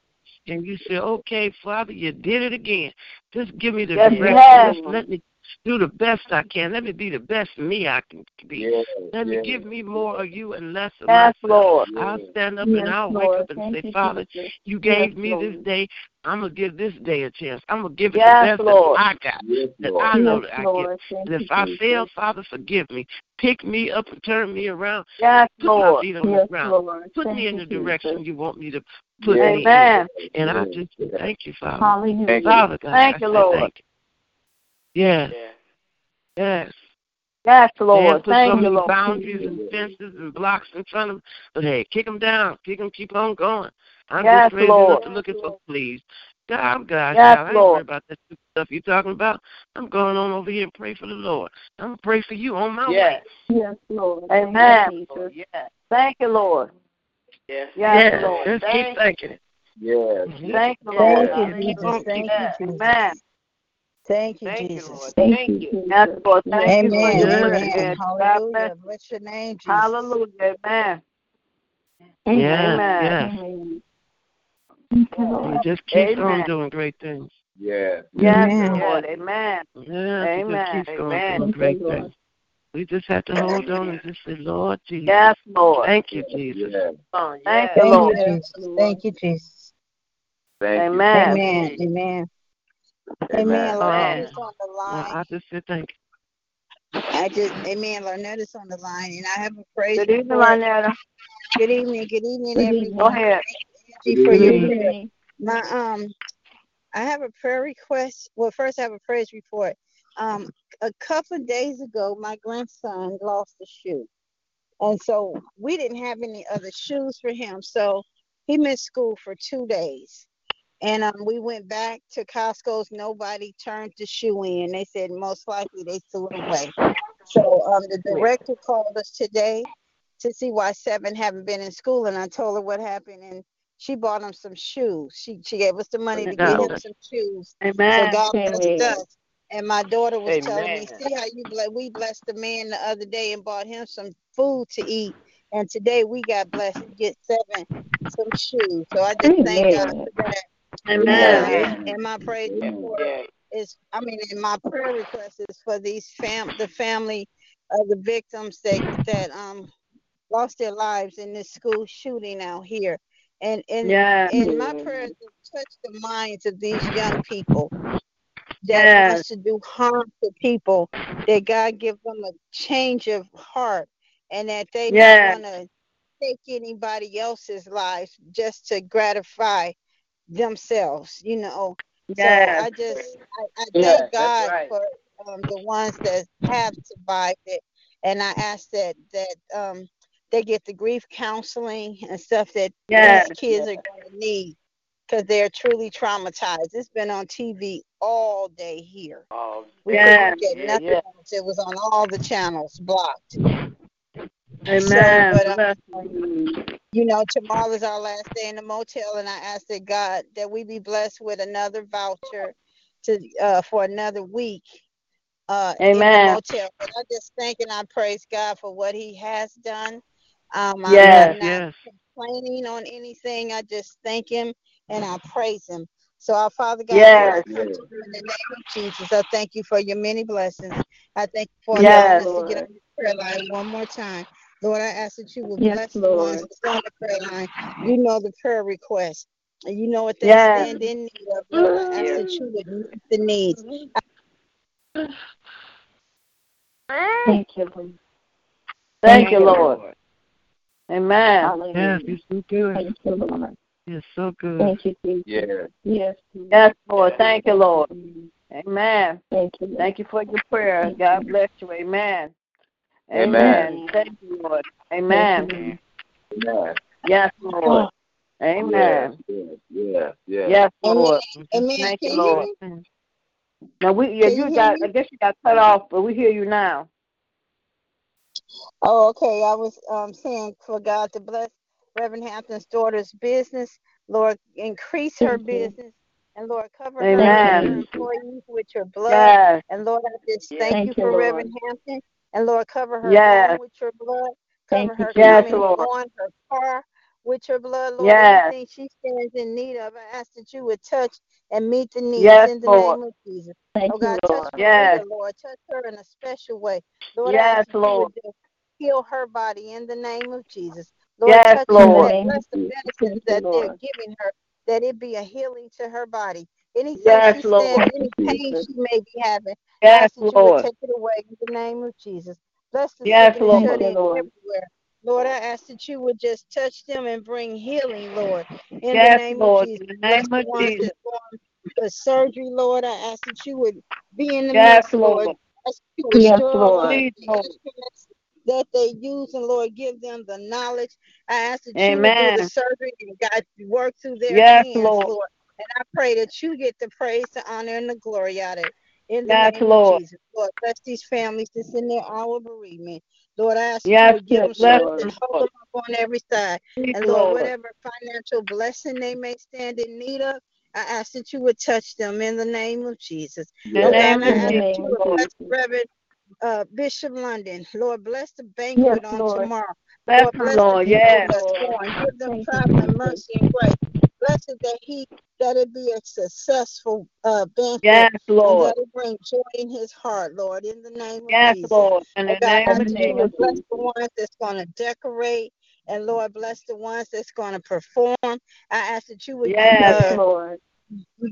S4: and you say, Okay, Father, you did it again. Just give me the
S6: Yes,
S4: direction.
S6: yes.
S4: Just let me do the best I can. Let me be the best me I can be.
S2: Yes, yes.
S4: Let me give me more of you and less of
S6: Yes,
S4: myself.
S6: Lord.
S4: I'll
S2: Yes.
S4: stand up
S5: Yes,
S4: and I'll wake
S5: Lord.
S4: up and
S5: Thank
S4: say,
S5: you,
S4: Father,
S5: Jesus.
S4: you
S5: Yes,
S4: gave me
S5: Lord.
S4: this day. I'm gonna give this day a chance. I'm gonna give it
S6: Yes,
S4: the best
S6: Lord.
S4: that I got,
S2: Yes,
S4: that
S2: Lord.
S4: I know
S5: Yes,
S4: that I get.
S5: Lord. Thank
S4: And if
S5: you,
S4: I fail,
S5: Jesus.
S4: Father, forgive me. Pick me up and turn me around.
S6: Yes,
S4: Put my
S6: Lord.
S4: feet on the
S5: Yes,
S4: ground.
S5: Lord.
S4: Put
S5: Thank
S4: me in
S5: you,
S4: the direction
S5: Jesus.
S4: you want me to put
S2: Yes,
S4: me in.
S6: Amen.
S4: And I
S2: yes,
S4: just
S2: yes.
S4: thank you, Father.
S2: Thank
S5: Hallelujah.
S2: you.
S4: Father God,
S6: Thank
S4: I
S6: you,
S4: say
S6: Lord.
S4: thank you. Yes,
S3: Yes.
S4: yes.
S6: Yes,
S4: They
S6: Lord.
S4: have put so
S6: Thank you,
S4: many
S6: Lord.
S4: boundaries and fences and blocks in front of them, but hey, kick them down, kick them, keep on going. I'm
S6: Yes,
S4: just crazy
S6: Lord.
S4: enough to look at folks, please. God, I'm God,
S6: Yes,
S4: child. I ain't
S6: Lord.
S4: worried about that stupid stuff you're talking about. I'm going on over here and pray for the Lord. I'm going to pray for you on my way.
S3: Yes.
S5: Yes, Lord. Thank
S6: Amen.
S5: you,
S3: Lord.
S5: Jesus.
S3: Yes.
S6: Thank you, Lord.
S3: Yes.
S6: Yes,
S4: yes,
S6: Lord.
S4: just keep
S3: Thank
S4: thanking it.
S2: Yes.
S6: Thank you, Lord.
S7: Thank
S2: Yes.
S7: you,
S4: Keep
S7: Jesus.
S4: on
S7: Thank
S4: keep.
S7: you,
S6: Yes.
S7: Jesus.
S6: Amen.
S7: Thank you,
S3: Thank you,
S7: Jesus.
S3: Lord.
S5: Thank
S3: Thank
S5: you,
S3: you.
S6: Yes,
S5: Jesus.
S6: Lord.
S5: Yes,
S6: Thank you for
S7: Amen.
S6: your
S4: Yes.
S6: word,
S7: Amen.
S6: and God bless
S7: Hallelujah.
S6: you.
S7: Bless your name, Jesus.
S6: Hallelujah. Amen.
S4: Yes,
S5: Amen.
S6: Amen.
S4: yes.
S5: Amen. Thank you,
S4: And
S5: Lord.
S4: just keeps on
S6: Amen.
S4: doing great things.
S2: Yes.
S6: Yes,
S7: Amen.
S6: Lord. Amen.
S4: Yes, it just
S6: Amen.
S4: keeps on
S6: Amen.
S4: doing
S5: Thank you,
S4: great
S5: Lord.
S4: things. We just have to hold on and just say, Lord Jesus,
S6: Yes, Lord.
S4: thank you,
S2: Yes.
S4: Jesus.
S2: yes.
S3: Oh,
S6: Thank
S3: yes.
S6: you,
S7: Thank
S6: Lord.
S7: you,
S5: Yes,
S7: Jesus.
S5: Lord.
S7: Thank you, Jesus.
S2: Thank you.
S6: Amen.
S7: Amen. Amen. Amen.
S2: Amen.
S7: Lynette
S4: Oh,
S7: is on the
S4: well,
S7: line.
S4: I just said thank you.
S7: I just, Amen. Lynette is on the line, and I have a praise
S6: Good evening,
S7: report.
S6: Lynetta.
S7: Good evening. Good evening,
S5: Good
S7: everyone.
S6: Go
S5: evening.
S6: ahead.
S7: Thank you for
S2: Good
S7: your
S4: Good
S5: Good
S4: evening.
S7: prayer.
S5: evening.
S7: My um, I have a prayer request. Well, first I have a praise report. Um, a couple of days ago, my grandson lost a shoe, and so we didn't have any other shoes for him. So he missed school for two days, and um, we went back to Costco's. Nobody turned the shoe in. They said most likely they threw it away. So um, the director called us today to see why seven haven't been in school, and I told her what happened, and she bought him some shoes. She she gave us the money to get
S4: God
S7: him
S4: bless
S7: some shoes. So
S6: Amen.
S7: God blessed
S5: Amen.
S7: us. And my daughter was telling me,
S3: Amen.
S7: see how you ble- we blessed the man the other day and bought him some food to eat, and today we got blessed to get seven some shoes. So I just thank God
S5: Amen.
S7: for that.
S6: Amen.
S7: And um,
S3: Amen.
S7: and my praise
S2: Amen.
S7: report
S3: Yes.
S7: is I mean and my prayer request is for these fam the family of the victims that that um lost their lives in this school shooting out here. And and
S6: Yes.
S7: and my prayers to touch the minds of these young people that
S6: Yes.
S7: wants to do harm to people, that God give them a change of heart and that they not
S6: Yes.
S7: want to take anybody else's lives just to gratify themselves, you know. So
S6: Yes.
S7: I just I, I
S3: Yes. That's
S7: thank God
S3: right.
S7: for um, the ones that have survived it, and I ask that that um, they get the grief counseling and stuff that
S6: Yes.
S7: these kids are going to need because they're truly traumatized. It's been on TV all day here.
S3: Oh,
S7: We
S6: Yes.
S7: couldn't get
S3: yeah,
S7: nothing
S3: yeah.
S7: else. It was on all the channels blocked. So,
S6: Amen.
S7: but um,
S6: Bless.
S7: you know, tomorrow is our last day in the motel, and I ask that God that we be blessed with another voucher to uh, for another week uh, in the
S6: Amen.
S7: motel. But I just thank and I praise God for what He has done Um,
S6: Yes.
S7: I'm not complaining on anything. I just thank Him and I praise Him. So, our Father God,
S6: Yes.
S7: we come to you in the name of Jesus, I thank you for your many blessings. I thank you for
S6: Yes.
S7: allowing us to get on the prayer line one more time. Lord, I ask that you will
S5: Yes,
S7: bless the
S5: Lord.
S7: ones that's on the prayer line. You know the prayer request. And you know what they
S6: Yes.
S7: stand in need of. Lord, I ask that you would meet the needs.
S5: Thank you, Lord.
S6: Thank you, Lord. Amen.
S5: Hallelujah.
S4: Yes, you're so good.
S5: Thank you, Lord.
S4: You're so good.
S5: Thank you, Jesus.
S2: Yes.
S5: Yes. Lord.
S6: Yes, Lord. Thank you, Lord. Amen.
S5: Thank you. Lord.
S6: Thank you for your prayers. God bless you. Amen.
S2: Amen.
S6: Amen. Thank you, Lord.
S5: Thank
S6: Amen.
S5: you, Lord.
S2: Amen.
S6: Yes, Lord.
S2: Yes.
S6: Amen.
S2: Yes. Yes. Yes.
S6: Yes, Lord.
S7: Amen.
S6: Thank you,
S7: Can you hear
S6: Lord.
S7: me?
S6: Now we yeah,
S7: Can you
S6: you
S7: hear
S6: got
S7: me?
S6: I guess you got cut off, but we hear you now.
S7: Oh, okay. I was um, saying for God to bless Reverend Hampton's daughter's business. Lord, increase her
S5: Thank you.
S7: business. And Lord, cover her
S6: Amen.
S7: and her employees with your blood.
S6: Yes.
S7: And Lord, I just thank,
S5: Thank
S7: you
S5: you,
S7: for
S5: Lord.
S7: Reverend Hampton. And Lord, cover her
S6: Yes.
S7: home with your blood.
S5: Thank
S7: Cover
S5: you,
S7: her
S6: Jesus. Yes,
S7: coming and
S6: Lord.
S7: going, her car with your blood, Lord.
S6: Yes.
S7: Anything she stands in need of, I ask that you would touch and meet the needs
S6: Yes,
S7: in the
S6: Lord.
S7: name of Jesus.
S5: Thank
S7: Oh
S5: you,
S7: God, touch
S5: Lord.
S7: Maria,
S6: Yes.
S7: Lord. Touch her in a special way. Lord, I
S6: Yes,
S7: ask that you
S6: Lord.
S7: would just heal her body in the name of Jesus. Lord,
S6: Yes,
S7: touch her,
S6: Lord.
S7: that
S5: Amen.
S7: bless the medicines
S5: Thank you,
S7: that they're
S5: Lord.
S7: giving her, that it be a healing to her body. Anything
S6: Yes,
S7: she stands,
S6: Lord.
S7: any pain
S5: Jesus.
S7: she may be having, I
S6: Yes,
S7: ask that you would
S6: Lord.
S7: take it away in the name of Jesus. Bless the
S6: Yes,
S7: sick and the
S6: Lord.
S7: shut
S5: Thank you,
S7: in
S5: Lord.
S7: everywhere. Lord, I ask that you would just touch them and bring healing, Lord, in the
S6: Yes,
S7: name of
S6: Lord.
S7: Jesus.
S6: In the
S7: Bless
S6: name
S7: the
S6: of
S7: ones
S6: Jesus.
S7: that's going for surgery, Lord. I ask that you would be in the
S6: Yes,
S7: midst, Lord.
S6: Lord.
S7: Ask that you would
S5: Yes,
S7: sterilise
S5: Lord.
S6: Please,
S7: the
S6: Lord.
S7: instruments that they use, and Lord, give them the knowledge. I ask that you would do
S6: Amen.
S7: the surgery and God work through their
S6: Yes,
S7: hands,
S6: Lord.
S7: Lord. And I pray that you get the praise, the honor, and the glory out of it. In the
S6: Yes,
S7: name of
S6: Lord.
S7: Jesus, Lord, bless these families that's in their hour of bereadment. Lord, I ask that you
S6: Yes,
S7: would give them
S6: bless
S7: strength and
S6: them,
S7: hold
S6: Lord.
S7: them up on every side.
S6: Please,
S7: And Lord,
S6: Lord.
S7: whatever financial blessing they may stand in need of, I ask that you would touch them in the name of Jesus.
S6: In the
S7: Oh God,
S6: name
S7: and
S6: of
S5: In the
S7: I ask that
S5: name
S7: you
S6: Jesus,
S5: of
S7: would
S6: Lord.
S7: bless
S5: Jesus.
S7: Reverend uh, Bishop London. Lord, bless the
S5: Yes,
S7: banquet on
S5: Lord.
S7: tomorrow.
S6: Bless
S7: Lord,
S6: them,
S7: bless the
S6: Lord.
S7: people
S6: Yes.
S7: that's going. Give them
S5: Thank you,
S7: traveling
S5: Jesus.
S7: mercy and grace. Blessed that he that it be a successful uh, banquet
S6: Yes,
S7: and
S6: Lord.
S7: that it bring joy in his heart, Lord, in the name of
S6: Yes,
S7: Jesus.
S6: Lord. In
S7: Oh
S6: the
S7: God, I
S6: name
S5: In
S7: ask
S5: the
S6: of
S7: that you
S6: Jesus.
S5: name
S7: would
S5: of
S7: bless the
S5: Jesus.
S7: ones that's going to decorate, and Lord, bless the ones that's going to perform. I ask that you would
S6: Yes.
S5: Yes,
S7: uh,
S5: Lord.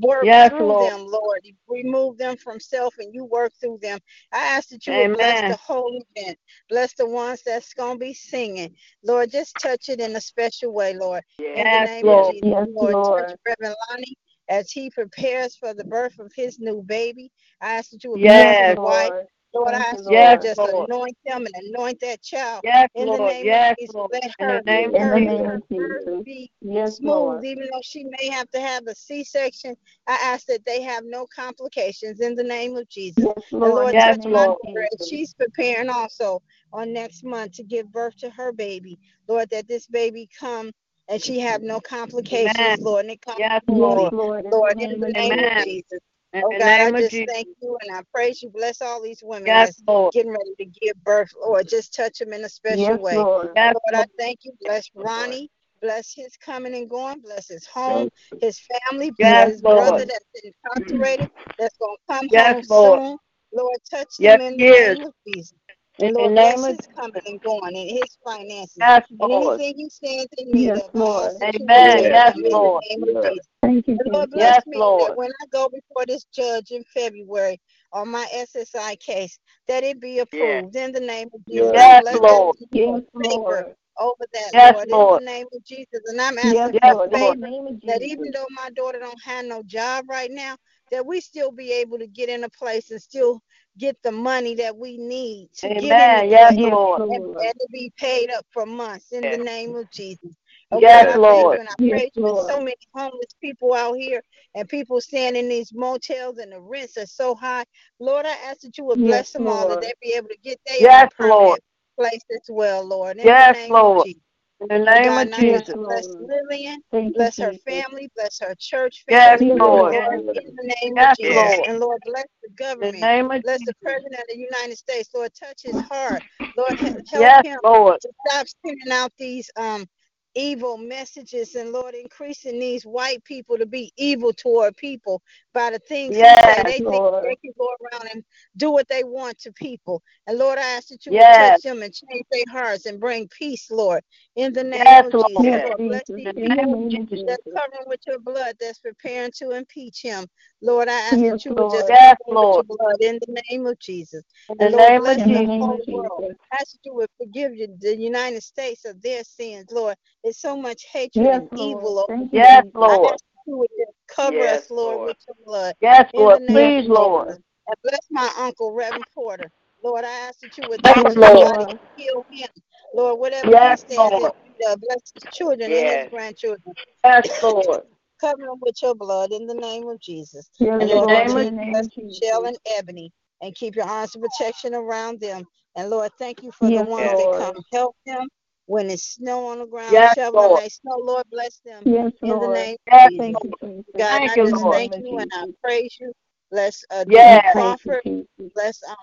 S7: work
S6: Yes,
S7: through
S6: Lord.
S7: them, Lord. Remove them from self and you work through them. I ask that you would bless
S6: Amen.
S7: the whole event. Bless the ones that's going to be singing. Lord, just touch it in a special way, Lord. In the
S6: Yes,
S7: name of
S6: Lord.
S7: Jesus,
S5: Yes,
S7: Lord, touch
S5: Lord.
S7: Reverend Lonnie as he prepares for the birth of his new baby. I ask that you would bless
S5: Yes,
S7: his
S6: Yes.
S7: wife.
S5: Lord.
S7: Lord, I
S5: Thank you,
S7: ask that you would
S6: Yes,
S5: Lord.
S7: just
S6: Lord.
S7: anoint them and anoint that child.
S6: Yes,
S7: In the
S6: Lord.
S7: name of
S6: Yes,
S7: Jesus,
S6: Lord.
S7: let
S6: In the
S7: her
S6: name of
S5: In the
S7: her
S5: name
S6: Jesus.
S7: her
S5: of
S7: birth
S5: Jesus.
S7: be
S5: Yes,
S7: smooth,
S5: Lord.
S7: even though she may have to have a C-section. I ask that they have no complications in the name of Jesus.
S5: Yes,
S7: And
S5: Lord.
S7: Lord,
S5: In the
S6: Yes,
S7: touch my
S5: name of
S6: Lord.
S7: daughter as
S5: Jesus.
S7: she's preparing also on next month to give birth to her baby. Lord, that this baby come and she have no
S6: Amen.
S7: complications, Lord, and it comes
S6: Yes,
S5: Yes,
S7: easy,
S6: Lord.
S5: Lord. In the
S7: Lord, in
S5: name
S7: the
S5: of
S7: name of
S6: Amen.
S5: Jesus.
S7: Jesus.
S6: In
S7: Oh
S6: the
S7: God, I
S6: name of
S7: just
S6: Jesus.
S7: thank you and I praise you. Bless all these women
S6: Yes,
S7: that's
S6: Lord.
S7: getting ready to give birth, Lord. Just touch them in a special
S5: Yes,
S7: way.
S5: Lord.
S6: Yes,
S7: Lord, I
S6: Lord.
S7: thank you. Bless Ronnie. Bless his coming and going. Bless his home,
S2: Thank
S7: his family. Bless
S6: Yes,
S7: his brother
S6: Lord.
S7: that's incarcerated, that's going to come
S6: Yes,
S7: home
S6: Lord.
S7: soon. Lord, touch
S6: Yes,
S7: them in the
S6: yes.
S7: name of Jesus.
S6: In the
S7: Lord,
S6: name
S7: bless
S6: of
S7: his coming and going and his finances.
S6: Yes,
S7: And
S6: Lord.
S7: anything he stands in need
S5: Yes,
S7: of, I ask
S5: Lord.
S7: that you would
S6: Amen. Yes,
S2: Yes.
S7: touch him in
S6: Lord.
S2: Yes.
S7: the name of
S2: Yes.
S7: Jesus.
S5: Thank you,
S7: And Lord,
S5: Jesus.
S7: bless
S6: Yes,
S7: me that
S6: Lord.
S7: when I go before this judge in February on my SSI case, that it be
S2: Yes.
S7: approved in the name of Jesus.
S2: Yes.
S7: I
S6: Yes,
S7: bless that
S6: Lord.
S5: Yes,
S7: judge's favor
S5: Lord.
S7: over that,
S6: Yes,
S7: Lord, in
S6: Lord.
S7: the name of Jesus. And I'm
S5: Yes,
S7: asking
S6: Yes,
S7: for
S5: Lord. In the
S6: Lord.
S7: favor
S5: name of
S7: that even
S5: Jesus.
S7: though my daughter don't have no job right now, that we still be able to get in a place and still get the money that we need to get in the
S6: Amen. Yes,
S7: place
S5: Yes,
S6: Lord.
S7: and,
S5: Lord.
S7: and to be paid up for months in the
S2: Yes.
S7: name of Jesus. Oh God,
S6: Yes,
S2: Yes.
S7: I thank
S6: Lord.
S7: you and I
S5: Yes,
S7: praise you. There's so
S5: Lord.
S7: many homeless people out here and people staying in these motels and the rents are so high. Lord, I ask that you would
S5: Yes,
S7: bless them all that
S5: Lord.
S7: they be able to get their own
S6: Yes, Lord.
S7: permanent place as well, Lord, in the
S6: Yes,
S7: name of
S6: Lord.
S7: Jesus.
S6: In the name
S7: God,
S6: of
S7: now
S6: Jesus. Mm-hmm.
S7: Bless Lillian.
S5: Thank you,
S7: Bless her
S5: Jesus.
S7: family. Bless her church
S6: Yes,
S7: family.
S6: Lord.
S7: In the name
S6: Yes,
S7: of Jesus.
S6: Lord.
S7: And Lord, bless the
S6: In the
S7: government.
S6: name of
S7: Bless
S6: Jesus.
S7: the president of the United States. Lord, touch his heart. Lord, he- help
S6: Yes,
S7: him
S6: Lord.
S7: to stop sending out these um evil messages and Lord increasing these white people to be evil toward people by the things he
S6: Yes,
S7: say. They
S6: Lord.
S7: think they can go around and do what they want to people. And Lord, I ask that you would
S6: Yes.
S7: touch them and change their hearts and bring peace, Lord, in the name
S6: Yes,
S7: of
S6: Lord.
S7: Jesus.
S5: Yes,
S7: Lord, bless
S5: Jesus.
S7: these
S5: In the
S7: people
S5: name of Jesus.
S7: that's covering with your blood that's preparing to impeach him. Lord, I ask
S5: Yes,
S7: that you would
S5: Lord.
S7: just
S6: Yes,
S7: cover with
S6: Lord.
S7: your blood in the name of Jesus.
S6: In the
S7: And Lord,
S6: name of
S7: bless
S5: In the
S7: the
S6: Jesus.
S5: name
S7: whole
S5: of
S7: world.
S5: Jesus.
S7: I ask that you would forgive you- the United States of their sins, Lord. There's so much hatred
S5: Yes,
S7: and evil
S5: Lord.
S7: over
S5: Thank you,
S6: Yes,
S5: Jesus.
S7: I
S6: Lord.
S7: ask that you would just cover
S3: Yes,
S7: us, Lord,
S3: Lord.
S7: with your blood
S6: Yes,
S7: in the
S6: Lord.
S7: name
S5: Yes,
S6: Please,
S7: of
S6: Lord.
S7: Jesus. And bless my uncle, Reverend Porter. Lord, I ask that you would
S6: Thank
S7: touch
S5: Yes,
S6: you,
S7: his
S6: Lord.
S7: body,
S5: Lord.
S7: heal him. Lord, whatever he
S6: Yes,
S7: stands in
S6: Lord.
S7: need of, bless his children and his
S3: Yes.
S7: grandchildren.
S6: Yes, Lord.
S7: Cover them with your blood in the name of Jesus.
S5: Yes,
S7: And
S6: In the
S7: Lord,
S5: Lord.
S6: name
S5: In
S7: continue
S6: of
S5: the
S7: to
S5: name
S7: bless
S5: of Jesus.
S7: Michelle and Ebony and keep your arms of protection around them. And Lord, thank you for the
S5: Yes,
S7: ones that
S5: Lord.
S7: come help them when it's snow on the ground,
S6: Yes,
S7: shoveling
S6: Lord.
S7: that snow. Lord, bless them
S5: Yes,
S7: in the
S5: Lord.
S7: name
S6: Yes,
S7: of Jesus.
S5: Thank
S6: Lord.
S5: you, Jesus.
S7: God,
S6: Thank
S7: I
S6: you,
S7: just
S6: Lord.
S5: In the
S7: thank
S5: name of
S7: you and I
S5: Jesus.
S7: praise you. Bless uh, Deacon
S5: We
S6: Yes.
S5: praise you,
S7: Crawford.
S5: Jesus.
S7: Bless um,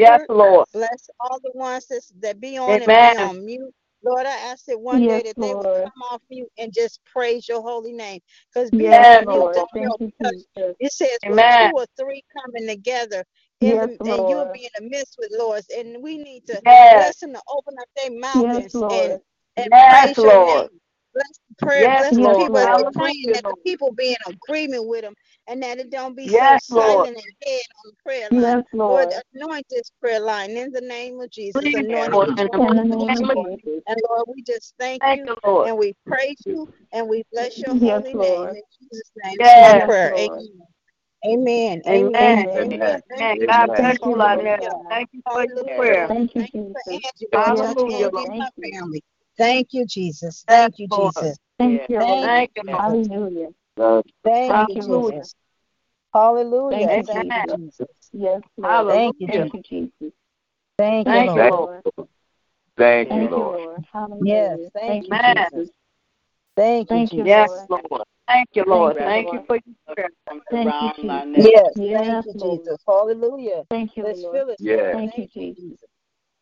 S6: Yes,
S7: Robert.
S6: Lord.
S7: Bless all the ones that's, that be on and be
S6: Amen.
S7: on mute. Lord, I ask that one day
S5: Yes,
S7: that they would
S5: Lord.
S7: come off mute and just praise your holy name. Because being
S6: Yes,
S5: Yes,
S7: on mute
S5: Lord.
S6: Lord.
S7: don't
S5: Thank
S7: help
S5: you,
S7: because
S5: Jesus.
S7: it says where two
S6: Amen.
S7: or three coming together in
S5: Yes,
S7: the, and you'll
S5: Lord.
S7: be in the midst with Lord. And we need to
S6: Yes.
S7: bless them to open up their mouth
S5: Yes,
S7: and, and
S5: Lord.
S7: and
S6: Yes,
S7: praise your
S6: Lord.
S7: name. Bless the prayer,
S6: Yes,
S7: bless the
S5: Yes,
S6: Lord.
S7: people as they're
S5: Lord.
S7: praying,
S6: Hallelujah,
S7: that the
S6: Lord.
S7: people be in agreement with them and that it don't be so
S6: Yes, Lord.
S7: silent and dead on the prayer line.
S5: Yes,
S7: Lord,
S5: Lord.
S7: anoint this prayer line in the name of Jesus.
S6: Please,
S7: Anoint
S3: Yes.
S7: it
S6: Lord.
S7: with
S6: In
S7: your
S6: the
S5: In the
S7: holy
S5: name
S7: hands,
S6: name
S5: of
S6: of
S7: Lord.
S5: Jesus.
S7: And Lord, we just thank
S6: Thank
S7: you
S6: you, Lord.
S7: and we praise you and we bless your
S5: Yes,
S7: holy name.
S5: Lord.
S7: In Jesus' name is my
S6: Yes.
S5: Yes,
S7: prayer.
S5: Lord.
S7: Amen. Amen. Amen.
S6: Amen.
S5: Amen.
S7: Amen.
S2: Amen.
S7: Thank
S6: Amen.
S7: you,
S6: God
S2: Amen.
S7: Jesus.
S6: bless
S5: Thank you,
S6: you, Lornell.
S5: Lord.
S7: Hallelujah.
S6: Thank you for your
S7: Hallelujah,
S6: prayer.
S7: Lord.
S5: Thank you,
S7: Thank you for
S5: Jesus.
S7: Angie, Lord.
S5: Yes,
S6: Hallelujah, Lord. Yes, Lord.
S5: Lord. Thank you. Thank
S7: Touch Angie and her family. Thank you, Jesus. Thank you, Jesus.
S3: Yes.
S5: you,
S7: Thank
S5: Lord.
S6: Thank
S7: you,
S6: you, Lord.
S7: Jesus.
S5: Hallelujah.
S2: Lord,
S7: Thank
S5: Thank
S7: you,
S5: you,
S6: Hallelujah.
S5: Lord.
S7: Jesus.
S5: Thank
S7: Hallelujah.
S5: you,
S7: Thank you,
S6: Amen.
S5: Jesus.
S7: Jesus.
S5: Yes, Lord.
S7: Thank you,
S6: Hallelujah.
S5: Thank
S7: Jesus.
S5: you, Jesus.
S7: Thank you,
S6: Thank you,
S5: Thank
S7: Lord.
S2: Thank
S5: you,
S6: Lord.
S5: Lord.
S2: you, Lord.
S6: Amen. Yes, Lord. Thank you, Lord. Thank you for your prayer.
S2: Thank you, Lord.
S3: Comes around my neck.
S5: Thank you, Lord. Hallelujah. Thank you, Jesus. Thank you, Lord. Thank you, Lord. Thank you, Jesus. Yes, Lord. Thank
S7: Yes. Thank you, Jesus. Thank you, Jesus. Yes. Thank you, Jesus. Hallelujah.
S5: you,
S7: Let's
S5: Lord.
S7: fill us, Lord.
S2: Yes.
S5: Thank you,
S7: Thank you,
S5: Jesus.
S7: Jesus.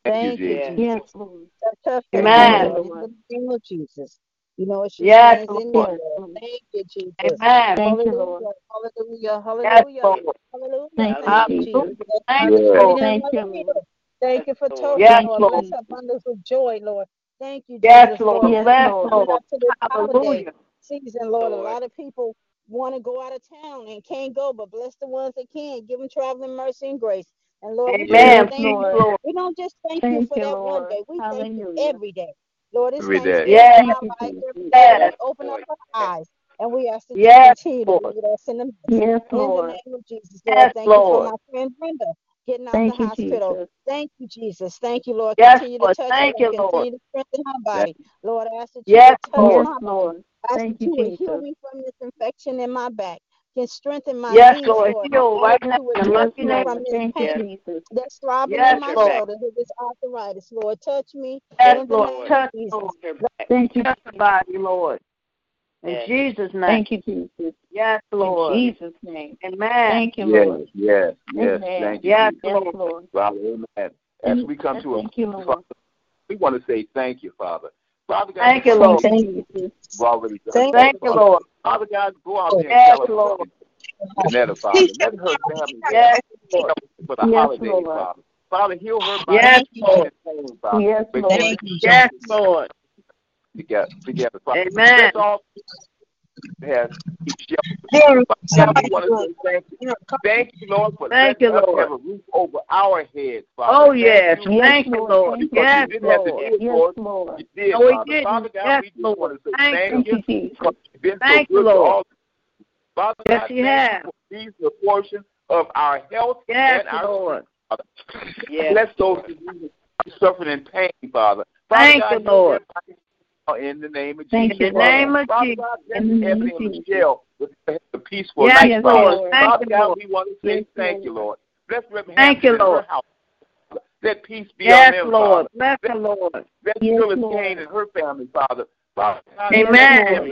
S2: Thank you,
S7: Thank you,
S2: Jesus.
S3: Yes.
S5: Yes,
S7: Jesus.
S5: Lord.
S7: Touch her family,
S5: Thank you,
S6: Amen.
S7: Lord, in
S5: Lord.
S7: the name of Jesus. You know what she
S6: Yes,
S7: stands in need,
S6: Lord.
S5: Yes,
S7: Lord.
S5: Lord.
S7: Thank you, Jesus.
S6: Amen.
S5: Thank you, Lord.
S7: Hallelujah. Hallelujah.
S6: Yes,
S7: Hallelujah.
S6: Lord.
S7: Hallelujah.
S5: Thank you,
S7: Thank you,
S6: Hallelujah.
S5: Jesus.
S7: Jesus. Bless
S6: Thank you, Lord.
S2: Yes.
S3: Yes,
S5: Thank you, Lord.
S7: Mother Rita and Mother Rita. Thank you for
S3: Lord.
S7: Toby,
S6: Yes,
S5: Thank
S7: Lord.
S5: you,
S6: Lord.
S7: Bless her
S5: Jesus.
S7: abundance with joy, Lord. Thank you,
S6: Yes,
S7: Jesus, Lord.
S6: Lord.
S5: Yes,
S7: Bless
S6: Bless,
S7: her
S5: Lord.
S7: coming
S6: Lord.
S7: up to this holiday
S6: Hallelujah.
S7: season, Lord. A
S3: Lord.
S7: lot of people want to go out of town and can't go, but bless the ones that can. Give them traveling mercy and grace. And Lord, we just
S2: Yes.
S6: Amen.
S5: Yes,
S7: thank
S6: Yes,
S7: you.
S5: Lord.
S6: Lord.
S7: We don't just thank you
S5: Thank
S7: for
S5: you,
S7: that one
S5: Lord.
S7: day. We thank you
S5: Hallelujah.
S7: every day. Lord, it's
S2: Every day.
S7: Thanksgiving
S6: Yes,
S7: in
S5: Thank
S7: our
S5: you,
S7: life
S5: Jesus.
S7: every day,
S6: yes,
S7: Lord.
S2: Yes.
S7: Open up
S3: Lord.
S7: our
S3: Yes.
S7: eyes. And we ask that you
S6: yes,
S7: continue to
S6: Lord.
S7: lead us in the midst.
S5: Yes,
S7: In the
S5: Lord.
S7: name of Jesus,
S6: Yes,
S7: Lord, thank you for
S6: Lord.
S7: my friend Brenda getting out the
S5: Thank you,
S7: hospital.
S5: Jesus.
S7: Thank you, Jesus. Thank you, Lord.
S6: Yes,
S7: Continue to
S6: Lord.
S7: touch her
S6: Thank
S7: and
S6: you, Lord.
S7: continue to strengthen her
S2: Thank
S7: body. Lord, I ask that you
S6: Yes,
S7: would touch
S6: Lord.
S5: Yes,
S7: my body.
S5: Lord.
S7: I ask
S5: Thank
S7: that
S5: you,
S7: you would heal
S5: Jesus.
S7: me from this infection in my back. Can strengthen my
S6: Yes,
S7: knees,
S6: Lord.
S7: Lord.
S6: Heal
S7: I ask
S6: right
S7: that
S6: now
S7: you would
S6: in the
S7: touch
S6: mighty
S5: Yes,
S7: me
S6: name
S7: from
S5: Lord.
S7: this
S5: Thank you,
S7: pain
S3: Yes.
S5: Jesus.
S7: that's throbbing in
S6: Yes,
S3: Her
S7: my
S6: Lord.
S3: back.
S7: shoulder with this arthritis. Lord, touch me
S6: Yes,
S7: in the
S6: Lord.
S7: name
S3: Lord.
S7: of
S6: Touch,
S7: Jesus.
S6: Lord.
S3: Her
S7: God,
S3: back.
S5: Thank you,
S6: Touch the
S5: Jesus.
S6: body, Lord. In
S3: Yes.
S6: Jesus' name.
S5: Thank you, Jesus.
S6: Yes,
S5: In
S6: Lord.
S5: Jesus' name.
S6: Amen.
S5: Thank you,
S2: Yes,
S5: Lord.
S2: yes, yes.
S5: Amen.
S2: Thank you,
S6: Yes,
S2: Jesus.
S5: Yes,
S6: Lord.
S5: Lord.
S2: Father, amen. As
S5: Thank
S2: we come to a
S5: thank you,
S2: close,
S5: Lord.
S2: Father, we want to say thank you, Father. Father God, we
S6: Thank you,
S2: want to
S5: Thank
S6: Lord.
S2: say
S5: you,
S7: Thank you.
S5: Jesus.
S2: you've already done
S7: Thank
S2: so,
S6: Thank
S7: you,
S6: you,
S2: Father.
S6: Lord.
S2: Father God, go out
S7: Lord.
S2: there and
S6: Yes,
S2: tell us what
S6: Lord.
S2: is Janetta, Father. Let her family, Father,
S6: Yes, Lord.
S2: for the
S5: Yes,
S2: holidays,
S5: Lord.
S2: Father. Father, heal her body
S6: Yes,
S7: Thank you,
S6: Lord.
S2: and pain, Father.
S5: Yes,
S2: But keep
S5: Lord.
S7: Thank you,
S6: Yes,
S7: Jesus.
S6: Lord.
S2: together, together, Father.
S6: Amen.
S2: Bless all who have keep shelter.
S7: Glory.
S2: Father God,
S7: Somebody
S2: we want to
S7: good.
S2: say thank you.
S7: You know, come-
S2: Thank you, Lord, for
S6: Thank
S2: letting
S6: you,
S2: us
S6: Lord.
S2: have a roof over our heads, Father.
S6: Oh,
S2: Thank
S6: yes.
S2: you
S5: Yes,
S6: Thank you,
S5: Lord.
S6: Lord.
S5: Thank you,
S2: because you
S6: Yes,
S2: didn't have to do
S6: Lord.
S2: it
S5: Yes,
S2: for us.
S5: Lord.
S2: You did,
S6: No, we
S2: Father. Father
S6: didn't.
S2: God,
S6: Yes,
S2: we just
S6: Lord.
S2: want to say
S6: Thank
S2: thank
S6: you.
S5: Thank
S2: you
S5: you, Jesus.
S2: because you've been so
S6: Thank you,
S2: good to
S6: Lord.
S2: all. Father
S6: Yes,
S2: God,
S6: you
S2: thank you
S6: have.
S2: for these the portion of our health
S6: Yes,
S2: and our
S6: Lord.
S2: Father.
S3: Yes,
S2: Bless those
S3: Lord.
S2: diseases suffering in pain, Father. Father
S6: Thank you,
S2: God, heal
S6: Lord.
S2: their bodies now in the name of
S5: Thank
S6: In
S2: Jesus,
S5: you,
S6: the
S2: Father.
S6: name
S5: Lord.
S6: of
S2: Father
S6: Jesus.
S2: God, bless
S5: In the name
S2: Ebony
S5: of
S2: and
S5: Jesus.
S2: Michelle with a peaceful
S6: Yes,
S2: night,
S5: Yes,
S2: Father.
S6: Lord.
S5: Lord.
S6: Thank
S2: Father
S6: you,
S2: God,
S6: Lord.
S2: we want to
S5: Yes,
S2: say thank you,
S5: Lord.
S2: Lord. Bless Reverend
S6: Thank
S2: Hampton
S6: you,
S2: and her
S6: Lord.
S2: house. Let peace be
S1: yes,
S2: on them,
S1: Lord.
S2: Father.
S1: Bless the Lord.
S2: Let
S5: Yes,
S2: Phyllis
S5: Lord.
S2: Kane and her family, Father. Father God,
S1: Amen.
S2: bless him.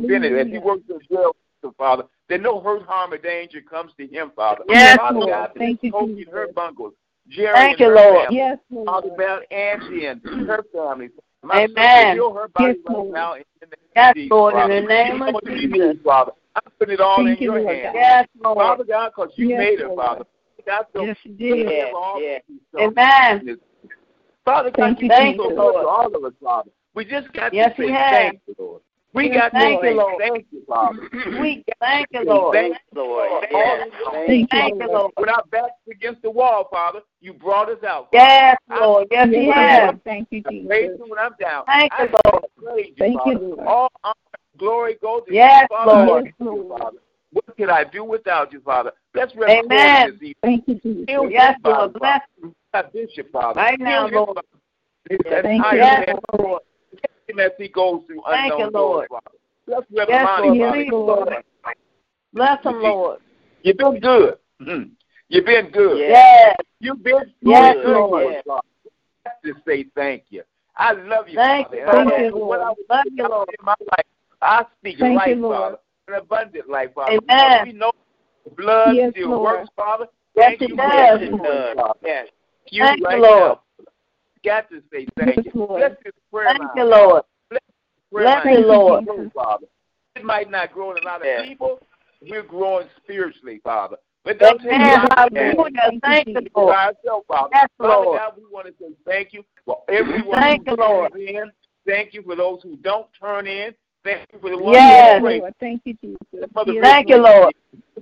S2: He's been in- As he works in jail, Father, that no hurt, harm, or danger comes to him, Father.
S1: Yes,
S2: Father
S5: Lord.
S2: God,
S5: Thank you,
S2: Hope and her
S5: Jesus.
S2: bungles, Jerry
S1: Thank
S2: and
S1: you,
S2: her
S1: Lord.
S2: family.
S5: Yes,
S2: Father,
S5: Lord.
S2: about Angie and her family. My
S1: Amen.
S2: sister, heal her body
S5: Yes,
S2: right
S5: Lord.
S2: now in the name
S1: Yes,
S2: of Jesus,
S1: Lord, in
S2: Father.
S1: the name
S2: You know
S1: of
S2: what she
S1: Jesus.
S2: needs, Father. I put it all
S5: Thank
S2: in
S5: you,
S2: your
S5: Lord
S2: hands.
S5: God.
S1: Yes, Lord.
S2: Father God, because you
S5: Yes,
S2: made her,
S5: Lord.
S2: Father. God, so
S4: Yes, you
S2: you
S4: did.
S2: have all
S6: yes.
S2: these songs.
S1: Amen.
S2: Father God,
S5: Thank
S2: you
S5: you,
S2: do
S1: Thank
S2: so
S1: you,
S2: much
S1: Lord.
S2: for all of us, Father. We just got
S1: Yes,
S2: to
S1: you
S2: say
S1: have.
S2: thank you, Lord. We got to
S1: Thank you,
S2: say
S1: Lord.
S2: thank you, Father. We got
S1: Thank you,
S2: to say
S1: Lord.
S2: thank you,
S6: Lord.
S2: All
S6: Yes.
S2: in your
S6: Thank
S2: name.
S5: Thank you,
S1: Thank you,
S5: Lord.
S1: Lord.
S2: When our backs against the wall, Father, you brought us out. Father.
S1: Yes, Lord. Yes,
S5: Yes,
S1: you have.
S5: Lord. Thank you,
S2: I praise
S5: Jesus.
S2: you when I'm down.
S1: Thank
S2: I
S1: you, Lord.
S2: praise you,
S5: Thank you,
S2: Father.
S5: Lord.
S2: All honor and glory goes to
S1: Yes,
S2: you, Father. I
S1: Lord.
S2: thank you,
S5: Lord.
S2: Father. What could I do without you, Father? Bless Reverend Gordon
S1: Amen.
S2: this evening.
S5: Thank you, Jesus.
S2: Heal his
S1: Yes,
S2: body,
S1: Lord.
S2: Father.
S1: Bless him
S2: I Bishop, Father.
S1: right
S2: Heal
S1: now,
S2: his
S1: Lord.
S2: body. His
S6: Yes.
S5: Thank you,
S2: entire
S1: Yes,
S2: man.
S5: Lord.
S1: Lord.
S2: Him as he goes through
S1: Thank you,
S2: unknown doors,
S1: Lord.
S2: Father. Bless Reverend
S1: Yes,
S2: Lonnie,
S1: Lord.
S5: Yes,
S2: Father.
S1: Please,
S5: Lord.
S1: Lord. Bless him, Lord.
S2: You've been good. Mhm. You've been good.
S6: Yes.
S1: Yes.
S2: You've been
S1: Yes,
S2: good, good
S1: Lord.
S2: to us, Father. I have to say thank you. I love you,
S1: Thank
S2: Father.
S1: you,
S2: and I
S1: Lord.
S2: don't
S5: Thank
S2: know
S5: you,
S2: what I
S5: Lord.
S2: would
S1: Love
S2: do
S1: you,
S2: without
S1: Lord.
S2: you in my life. I speak
S5: Thank you,
S2: life,
S5: Lord.
S2: Father, an abundant life, Father.
S1: Amen.
S2: Because we know the blood
S5: Yes,
S2: still
S5: Lord.
S2: works, Father.
S1: Yes,
S2: Thank
S1: it
S2: you
S1: does.
S2: for
S6: Yes.
S2: what you're doing,
S6: Lord.
S2: Father.
S6: Yes.
S2: you
S1: Thank you,
S2: right
S1: Lord.
S2: now. Got to say
S5: Yes,
S2: thank you.
S5: Lord.
S2: Bless this prayer
S1: Thank you,
S2: line.
S1: Lord.
S2: Prayer
S1: Bless you,
S2: line
S5: Thank
S2: is
S5: you,
S1: Lord. Mm.
S2: growing,
S5: Jesus.
S2: Father. It might not grow in a lot of
S6: Yes.
S2: people. We're growing spiritually, Father. But don't take it
S1: Amen.
S2: out of
S6: Yes.
S1: Hallelujah.
S5: Thank you,
S1: Thank you,
S5: Jesus.
S1: Lord.
S2: by ourselves, Father.
S1: Yes,
S2: Father
S1: Lord.
S2: God, we want to say thank you for everyone
S1: Thank
S2: who
S1: you, Lord.
S2: turns in. Thank you for those who don't turn in. Thank you for the ones
S1: Yes.
S2: who pray.
S5: Lord. Thank you, Jesus.
S2: Mother
S5: Yes,
S1: Thank you, Lord.
S5: Lord.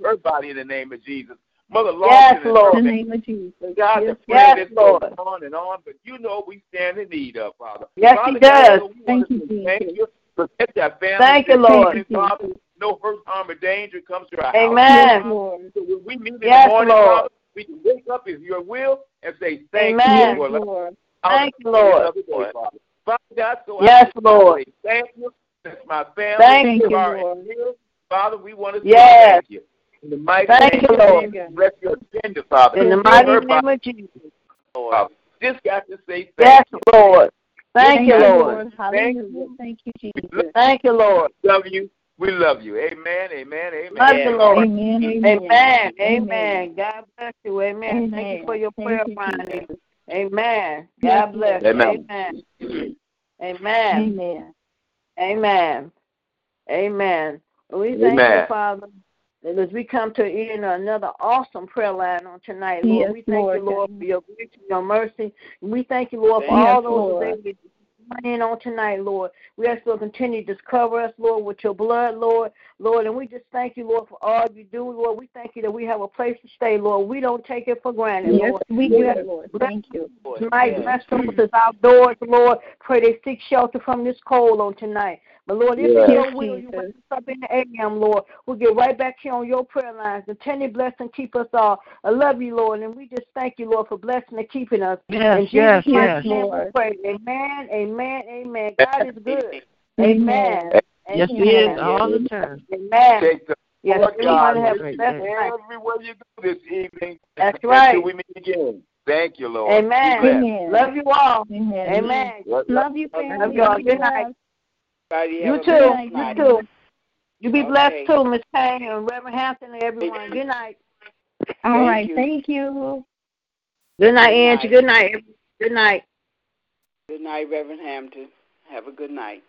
S2: Her body in the name of Jesus. Mother
S1: Yes,
S2: Lawson and
S1: Lord.
S2: her
S5: In the
S2: family.
S5: name of Jesus.
S2: God,
S5: Yes,
S2: the prayer
S5: Lord.
S1: Yes,
S2: list goes
S1: Lord.
S2: on and on, but you know we stand in need of, Father.
S1: Yes,
S2: Father
S1: He
S2: God,
S1: does.
S2: so we want
S5: Thank
S2: to
S5: you,
S2: say thank
S5: Jesus.
S2: you. Protect our families
S1: Thank you,
S2: this
S1: Lord.
S2: evening,
S5: Thank you,
S2: Father.
S5: Jesus.
S2: No hurt, harm, or danger comes to our house.
S5: Yes,
S1: Amen.
S2: Father.
S5: Lord.
S2: So when we meet in
S1: Yes,
S2: the morning,
S1: Lord.
S2: Father, we can wake up if your will and say thank you
S1: Amen.
S5: Yes,
S2: for allowing
S5: Lord.
S2: us
S1: Thank you,
S2: to see
S1: Lord.
S2: another day, Father. Father God, so
S1: Yes,
S2: I just
S1: Lord.
S2: want to say thank you. That's my family,
S1: Thank
S5: Thank
S1: you.
S5: you,
S2: far
S5: Lord.
S2: and near. Father, we want to say
S1: Yes.
S2: thank you. In the mighty
S1: Thank
S2: name
S1: you,
S2: of
S1: Lord.
S2: Jesus, bless your agenda, Father.
S1: In the
S2: Bless
S1: mighty
S2: her body.
S1: name of Jesus.
S6: Lord.
S2: Father. Just got to say
S1: Yes,
S2: thank you.
S1: Lord. Thank
S5: Thank
S1: you,
S5: you,
S1: Lord.
S5: Lord.
S2: Thank
S5: Hallelujah.
S2: you.
S5: Thank you,
S2: We
S5: Jesus.
S1: Thank you, Lord.
S2: love you. We love you. Amen,
S1: Love
S2: amen, amen.
S6: Yes.
S1: you, Lord.
S5: Amen. Amen.
S1: Amen.
S5: Amen.
S1: Amen. God bless you. Amen. Thank you for
S5: Amen.
S1: your
S5: Thank
S1: prayer,
S5: you,
S1: Bonnie.
S5: Jesus.
S1: Amen.
S5: Yes,
S1: God bless
S5: Lord.
S1: you.
S2: Amen.
S1: Amen. Amen.
S5: Amen.
S1: Amen. Amen. We thank you,
S2: Amen.
S1: Father, that as we come to the end of another awesome prayer line on tonight, Lord,
S5: Yes,
S1: we thank you,
S5: Lord
S1: Lord, for
S5: God.
S1: your grace and your mercy. We thank you, Lord, for
S6: Thank
S5: Yes,
S1: all those who
S5: Lord.
S1: they in on tonight, Lord. We ask you to continue to cover us, Lord, with your blood, Lord. Lord, and we just thank you, Lord, for all you do, Lord. We thank you that we have a place to stay, Lord. We don't take it for granted,
S5: Yes,
S1: Lord.
S5: we
S1: We
S5: do,
S1: have
S5: Lord.
S1: bless
S5: Thank you.
S6: Lord.
S1: tonight.
S6: Yes.
S1: Bless those that's outdoors, Lord. Pray they seek shelter from this cold on tonight. But Lord, if it's
S2: Yes.
S5: Yes,
S1: your will, you wake
S5: Jesus.
S1: us up in the AM, Lord. We'll get right back here on your prayer lines. Continue to bless and keep us all. I love you, Lord, and we just thank you, Lord, for blessing and keeping us.
S4: Yes,
S1: In Jesus'
S4: yes,
S1: mighty
S4: yes.
S5: Yes,
S1: name we
S5: Lord.
S1: pray. Amen, amen, amen. God is good. Amen,
S5: Amen.
S4: Yes, he is
S1: amen,
S6: Yes.
S4: all the time.
S1: amen.
S2: Take the
S1: Yes,
S2: Lord God
S1: everybody
S4: Have a
S1: have
S2: with
S1: a
S4: great
S2: you
S1: blessed
S4: day.
S1: night.
S2: everywhere you go this evening
S1: That's
S2: until
S1: right.
S2: we meet again. Thank you, Lord. Be
S1: Amen.
S2: blessed.
S5: Amen.
S1: Love you all.
S5: Amen.
S1: Amen.
S2: Love- love-
S5: Love you,
S2: love you.
S1: Love
S5: family.
S1: you all.
S5: Be
S1: Good night.
S5: blessed.
S6: Everybody
S1: You
S6: have a
S5: Good
S1: too.
S6: blessed
S5: night,
S1: You
S6: night.
S5: family.
S1: too. You be blessed
S6: Okay.
S1: too, Miss Payne and Reverend Hampton and everyone. Good night.
S5: All
S6: Thank
S5: right.
S6: you.
S5: Thank you.
S1: Good night,
S6: Good
S1: Angie.
S6: night.
S1: Good night. everyone. Good night.
S6: Good night, Reverend Hampton. Have a good night.